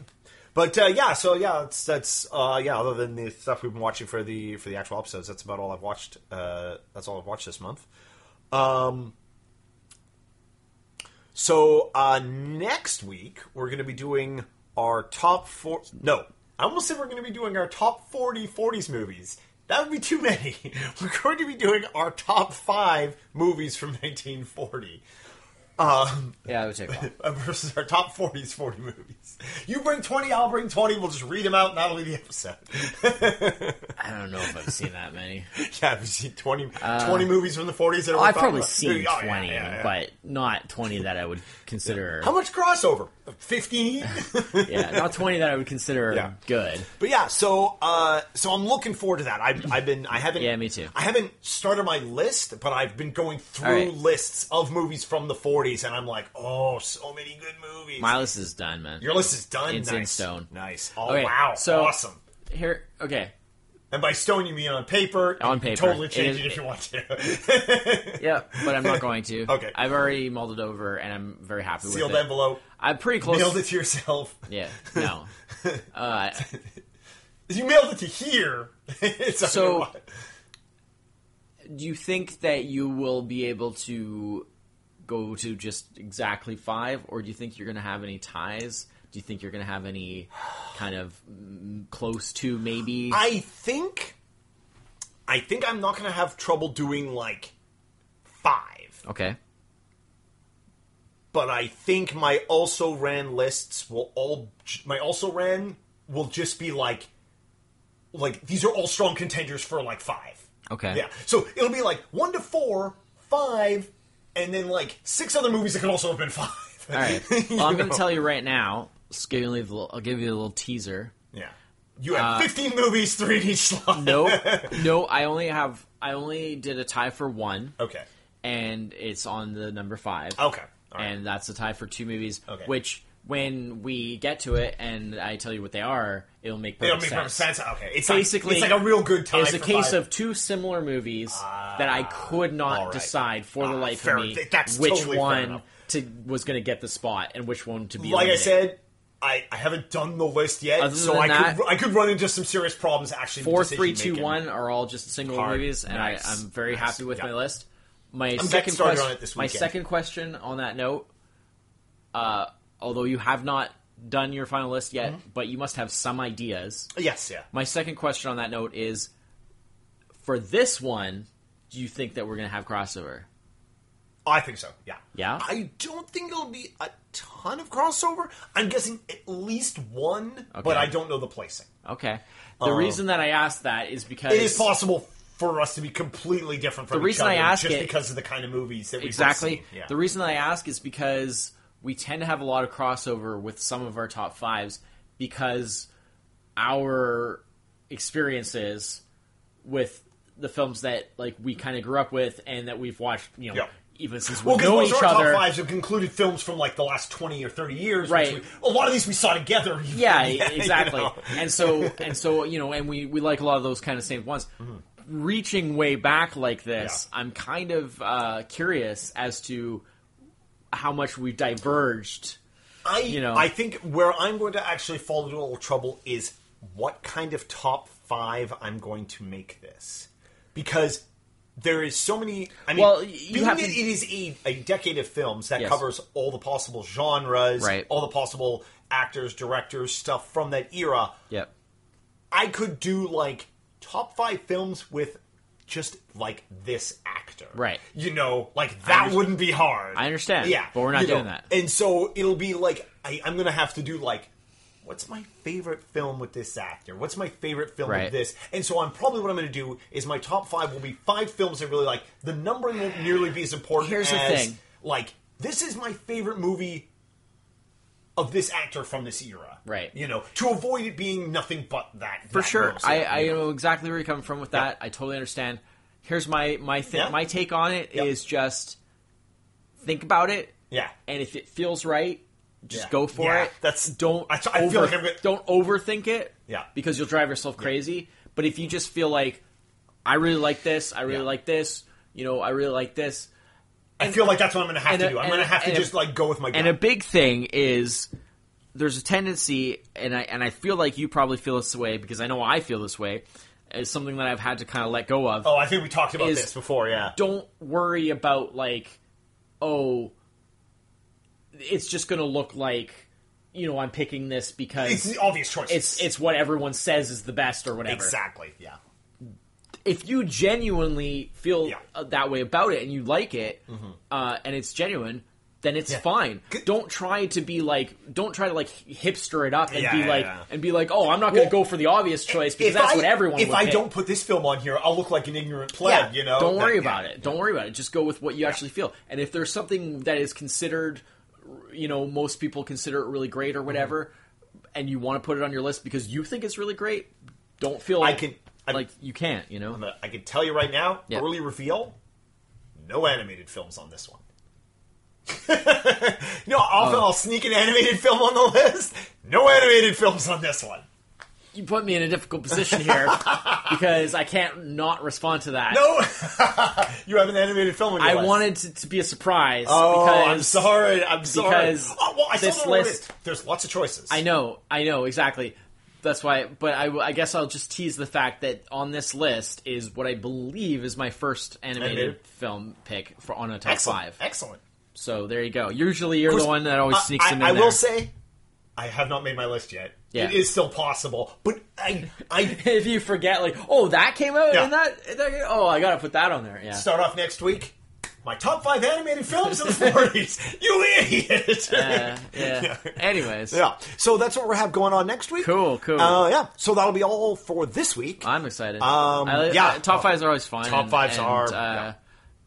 But uh, yeah, so yeah, that's that's uh, yeah. Other than the stuff we've been watching for the for the actual episodes, that's about all I've watched. Uh, that's all I've watched this month. Um, so uh, next week we're going to be doing our top four. No, I almost said we're going to be doing our top 40 40s movies. That would be too many. we're going to be doing our top five movies from 1940
yeah, it would take a while.
uh, versus our top 40s 40 movies. You bring 20, I'll bring 20. We'll just read them out and that'll be the episode.
I don't know if I've seen that many.
yeah, we've seen 20, 20 movies from the 40s. That
Uh, I've probably
Oh,
seen 20, but not 20 that I would consider.
How much crossover? 15?
yeah, not 20 that I would consider
Yeah.
good.
But yeah, so uh, so I'm looking forward to that. I've, I've been I haven't
Yeah, me too.
I haven't started my list, but I've been going through
All right.
lists of movies from the 40s, and I'm like, oh, so many good movies.
My list is done, man.
Your list is done.
It's
nice.
in stone.
Nice. Oh
Okay,
wow,
so-
awesome.
Here, okay.
And by stone, you mean on paper.
On
You can
paper.
Totally
It
change it,
is-
if you want to.
Yeah, but I'm not going to.
Okay.
I've already mulled it over, and I'm very happy
Sealed
with it.
envelope.
I'm pretty close.
Mailed it to yourself.
Yeah, no. Uh,
You mailed it to here. it's a-
So- do you think that you will be able to go to just exactly five, or do you think you're going to have any ties? Do you think you're going to have any kind of mm, close to maybe?
I think, I think I'm not going to have trouble doing like five,
okay.
but I think my also ran lists will all my also ran will just be like, like these are all strong contenders for like five.
Okay.
Yeah. So it'll be like one to four, five, and then like six other movies that could also have been five.
All right. Well, I'm going to tell you right now. Just give you a little- I'll give you a little teaser.
Yeah. You
Uh,
have 15 movies, three in each slot.
No, no. I only have. I only did a tie for one,
Okay.
and it's on the number five,
Okay. All right.
and that's a tie for two movies.
Okay.
Which, when we get to it, and I tell you what they are, it'll make perfect
It'll make
sense.
perfect sense. Okay. It's
Basically,
basically like, it's like a real good time.
It's a
for
case
five. Ah.
of two similar movies that I could not
all right. Ah,
decide for the life
fair.
of me
Th- that's
which
totally fair
one
enough.
to was going to get the spot and which one to be.
like I
eliminated.
said. I, I haven't done the list yet,
Other
so
than
I
that-
could I could run into some serious problems actually.
four,
with
three, two,
decision-making.
one are all just single
Hard.
movies, and
Nice.
I, I'm very
Nice.
happy with
Yeah.
my list. My
getting
second
started
question.
on it this
my
weekend.
second question on that note. Uh, although you have not done your final list yet,
Mm-hmm.
but you must have some ideas.
Yes, yeah.
My second question on that note is: for this one, do you think that we're going to have crossover?
I think so. Yeah.
Yeah?
I don't think it'll be a ton of crossover. I'm guessing at least one, but
Okay.
I don't know the placing.
Okay. The reason that I asked that is because
Oh. It is possible for us to be completely different from
The reason
each
I
other
ask
just
it-
because of the kind of movies that we've
exactly.
seen. Yeah.
The reason I ask is because we tend to have a lot of crossover with some of our top fives because our experiences with the films that like we kind of grew up with and that we've watched, you know,
Yeah.
even since we
well, because
know
most
each
of our
other.
top fives have included films from like the last twenty or thirty years.
Right.
Which we, a lot of these we saw together. even.
Yeah,
you
exactly.
know. Mm-hmm.
And so and so you know, and we we like a lot of those kind of same ones. reaching way back like this, I'm kind of uh, curious as to how much we've diverged.
I
you know.
I think where I'm going to actually fall into a little trouble is what kind of top five I'm going to make this because there is so many. I mean,
Well, y- you
being
have
that
to-
it is a, a decade of films that
Yes.
covers all the possible genres,
Right.
all the possible actors, directors, stuff from that era.
Yep.
I could do like top five films with just like this actor.
Right.
You know, like that wouldn't be hard.
I understand,
Yeah.
but we're not
you
doing
know,
that.
And so it'll be like I, I'm gonna have to do like what's my favorite film with this actor? What's my favorite film
Right.
with this? And so I'm probably what I'm gonna do is my top five will be five films I really like. The numbering won't nearly be as important
Here's the
as
thing.
like this is my favorite movie of this actor from this era.
Right.
You know, to avoid it being nothing but that.
For sure. I, I know exactly where you're coming from with that. I totally understand. Here's my my thi-
Yeah.
my take on it is
Yep.
just think about it,
yeah.
and if it feels right, just
Yeah.
go for
Yeah.
it.
That's-
don't
I- I feel
over-
like I'm gonna-
don't overthink it.
Yeah.
because you'll drive yourself crazy. But if you just feel like I really like this, I really
Yeah.
like this, you know, I really like this,
I feel like that's what I'm going to have
and
to
a-
do. I'm
and
going to
a-
have to
and a-
just like go with my gut.
And a big thing is there's a tendency, and I and I feel like you probably feel this way because I know I feel this way. Is something that I've had to kind of let go of.
oh, I think we talked about
is-
this before. Yeah.
Don't worry about like, oh, it's just gonna look like you know I'm picking this
It's
because
the obvious choice.
it's it's what everyone says is the best or whatever.
exactly. Yeah.
If you genuinely feel
Yeah. Mm-hmm.
uh, that way about it and you like it, uh, and it's genuine. Then it's fine. Don't try to be like, don't try to like hipster it up and
Yeah,
be
yeah,
like,
yeah.
and be like, oh, I'm not going to
Well,
go for the obvious choice because that's
I,
what everyone.
If
would
I
pick.
don't put this film on here, I'll look like an ignorant pleb.
Yeah,
You know.
Don't worry
That-
about
yeah.
it. Don't worry about it. Just go with what you actually feel. And if there's something that is considered, you know, most people consider it really great or
Mm-hmm.
whatever, and you want to put it on your list because you think it's really great, don't feel
I can. I'm,
like you can't. You know,
I can tell you right now.
Yeah.
Early reveal. No animated films on this one. no,
Oh.
often I'll sneak an animated film on the list. No animated films on this one.
you put me in a difficult position here because I can't not respond to that.
No, you have an animated film on your
I
list.
wanted to, to be a surprise.
Oh,
because
I'm sorry. I'm sorry.
because
oh, well, I still
this
don't know what it
list-
is. There's lots of choices.
I know, I know exactly. That's why, but I, I guess I'll just tease the fact that on this list is what I believe is my first animated,
Animated.
film pick for on a top
Excellent.
five.
Excellent.
So there you go. Usually you're the one that always sneaks
I,
them in.
I
there.
will say, I have not made my list yet.
Yeah.
It is still possible, but I I
if you forget, like, oh, that came out
Yeah.
and that, that- oh, I gotta put that on there. Yeah,
start off next week. My top five animated films of the forties. you idiot.
Uh, yeah. Anyways,
Yeah, so that's what we have going on next week.
Cool, cool.
Uh, yeah, so that'll be all for this week.
I'm excited.
Um,
I-
yeah.
I- top fives are always fun.
Top
and-
fives
and,
are-
uh,
yeah.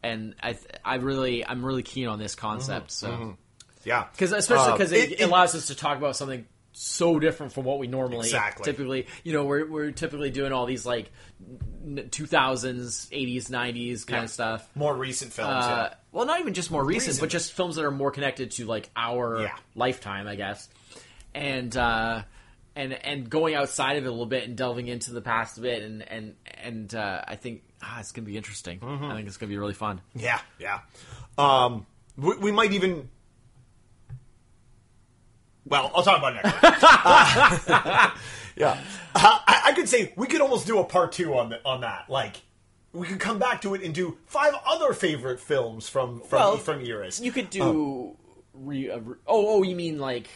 and I, th- I really, I'm really keen on this
Mm-hmm.
concept. So.
yeah,
because especially because
Uh,
Um, it, it allows us to talk about something so different from what we normally
Exactly.
typically you know we're, we're typically doing all these like n- 2000s 80s 90s kind
Yeah.
of stuff
more recent films.
uh, well not even just more recent,
Recent.
but just films that are more connected to like our
Yeah.
lifetime i guess and uh and and going outside of it a little bit and delving into the past a bit and and and uh, i think ah, it's gonna be interesting i think it's gonna be really fun
yeah, yeah. yeah. Um, we, we might even. Well, I'll talk about it next. week. Yeah, uh, I, I could say we could almost do a part two on the, on that. Like, we could come back to it and do five other favorite films from from
Well,
from eras.
you could do re, a re- oh oh you mean like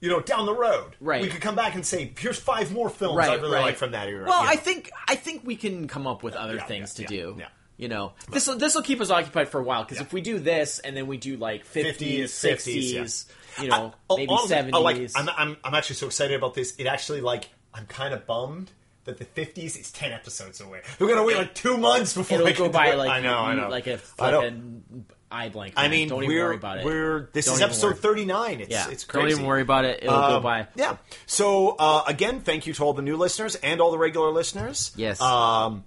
you know, down the road,
Right.
We could come back and say, here's five more films I
Right,
really
right.
like from that era.
Well,
you
I
know.
think I think we can come up with other
yeah,
things
yeah,
to
yeah,
do.
yeah.
You know, this will this will keep us occupied for a while because if we do this and then we do like 50s,
50s, 60s,
60s,
yeah.
you know,
I- oh,
maybe
honestly, I
70s.
like- I'm, I'm, I'm actually so excited about this. It actually like I'm kind of bummed that the 50s is 10 episodes away. We're gonna wait like two months before
It'll
I
go
can
by
do it.
like
I know, I
you-
know,
like a
I know.
fucking eye blank.
I
man.
mean,
don't
we're
even worry about it.
we're this
Don't
is
even
episode
worry.
39. It's
Yeah,
it's crazy.
Don't even worry about it. It'll go
Um,
by.
Yeah. So uh, again, thank you to all the new listeners and all the regular listeners.
Yes.
Um,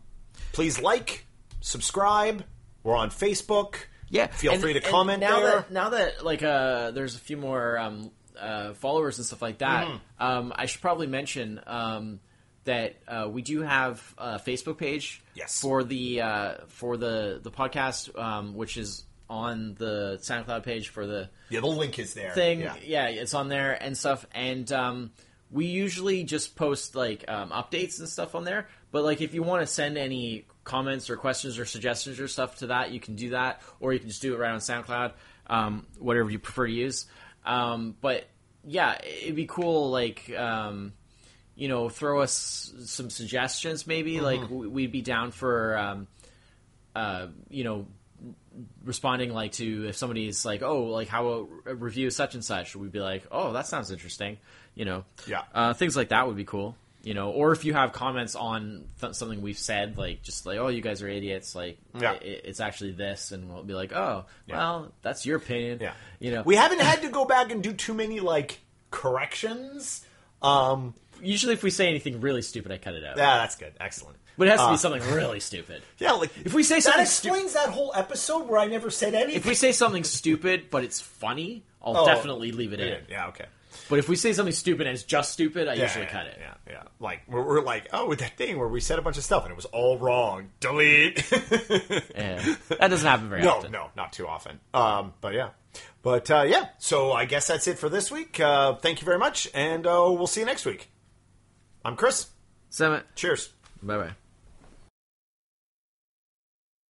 please like, subscribe. We're on Facebook.
Yeah,
Feel
and-
free to
and
comment
now
there.
That, now that like uh, there's a few
Mm-hmm.
more um, uh, followers and stuff like that, um, I should probably mention um, that uh, we do have a Facebook page
Yes.
for the uh, for the the podcast, um, which is on the SoundCloud page for the
Yeah, the link is there.
thing.
Yeah.
Yeah. it's on there and stuff. And um, we usually just post like um, updates and stuff on there. But like, if you want to send any comments or questions or suggestions or stuff to that, you can do that, or you can just do it right on SoundCloud, um, whatever you prefer to use. Um, but yeah, it'd be cool. Like. Um, you know, throw us some suggestions. Maybe like w- we'd be down for, um, uh, you know, responding like to if somebody's like, oh, like how a review such and such, we'd be like, oh, that sounds interesting, you know.
Yeah.
Uh, things like that would be cool, you know. Or if you have comments on th- something we've said, like just like, oh, you guys are idiots, like
Yeah.
i- i- it's actually this, and we'll be like, oh, well, that's your opinion,
Yeah.
You know,
We haven't had to go back and do too many like corrections. Um
usually if we say anything really stupid, I cut it out,
yeah, Ah, that's good. Excellent.
but it has to
uh,
be something really stupid.
Yeah, like
If we say
that
something stupid.
explains that whole episode where I never said anything.
If we say something stupid but it's funny, I'll
Oh,
definitely leave it in.
yeah, okay.
But if we say something stupid and it's just stupid, I
Yeah,
usually
yeah,
cut it.
Yeah, yeah. Like we're, we're like, oh, with that thing where we said a bunch of stuff and it was all wrong. Delete.
Yeah. That doesn't happen very
no,
often.
no, not too often. Um, but yeah, but uh, yeah. So I guess that's it for this week. Uh, thank you very much, and uh, we'll see you next week. I'm Chris.
Summit.
Cheers.
Bye bye.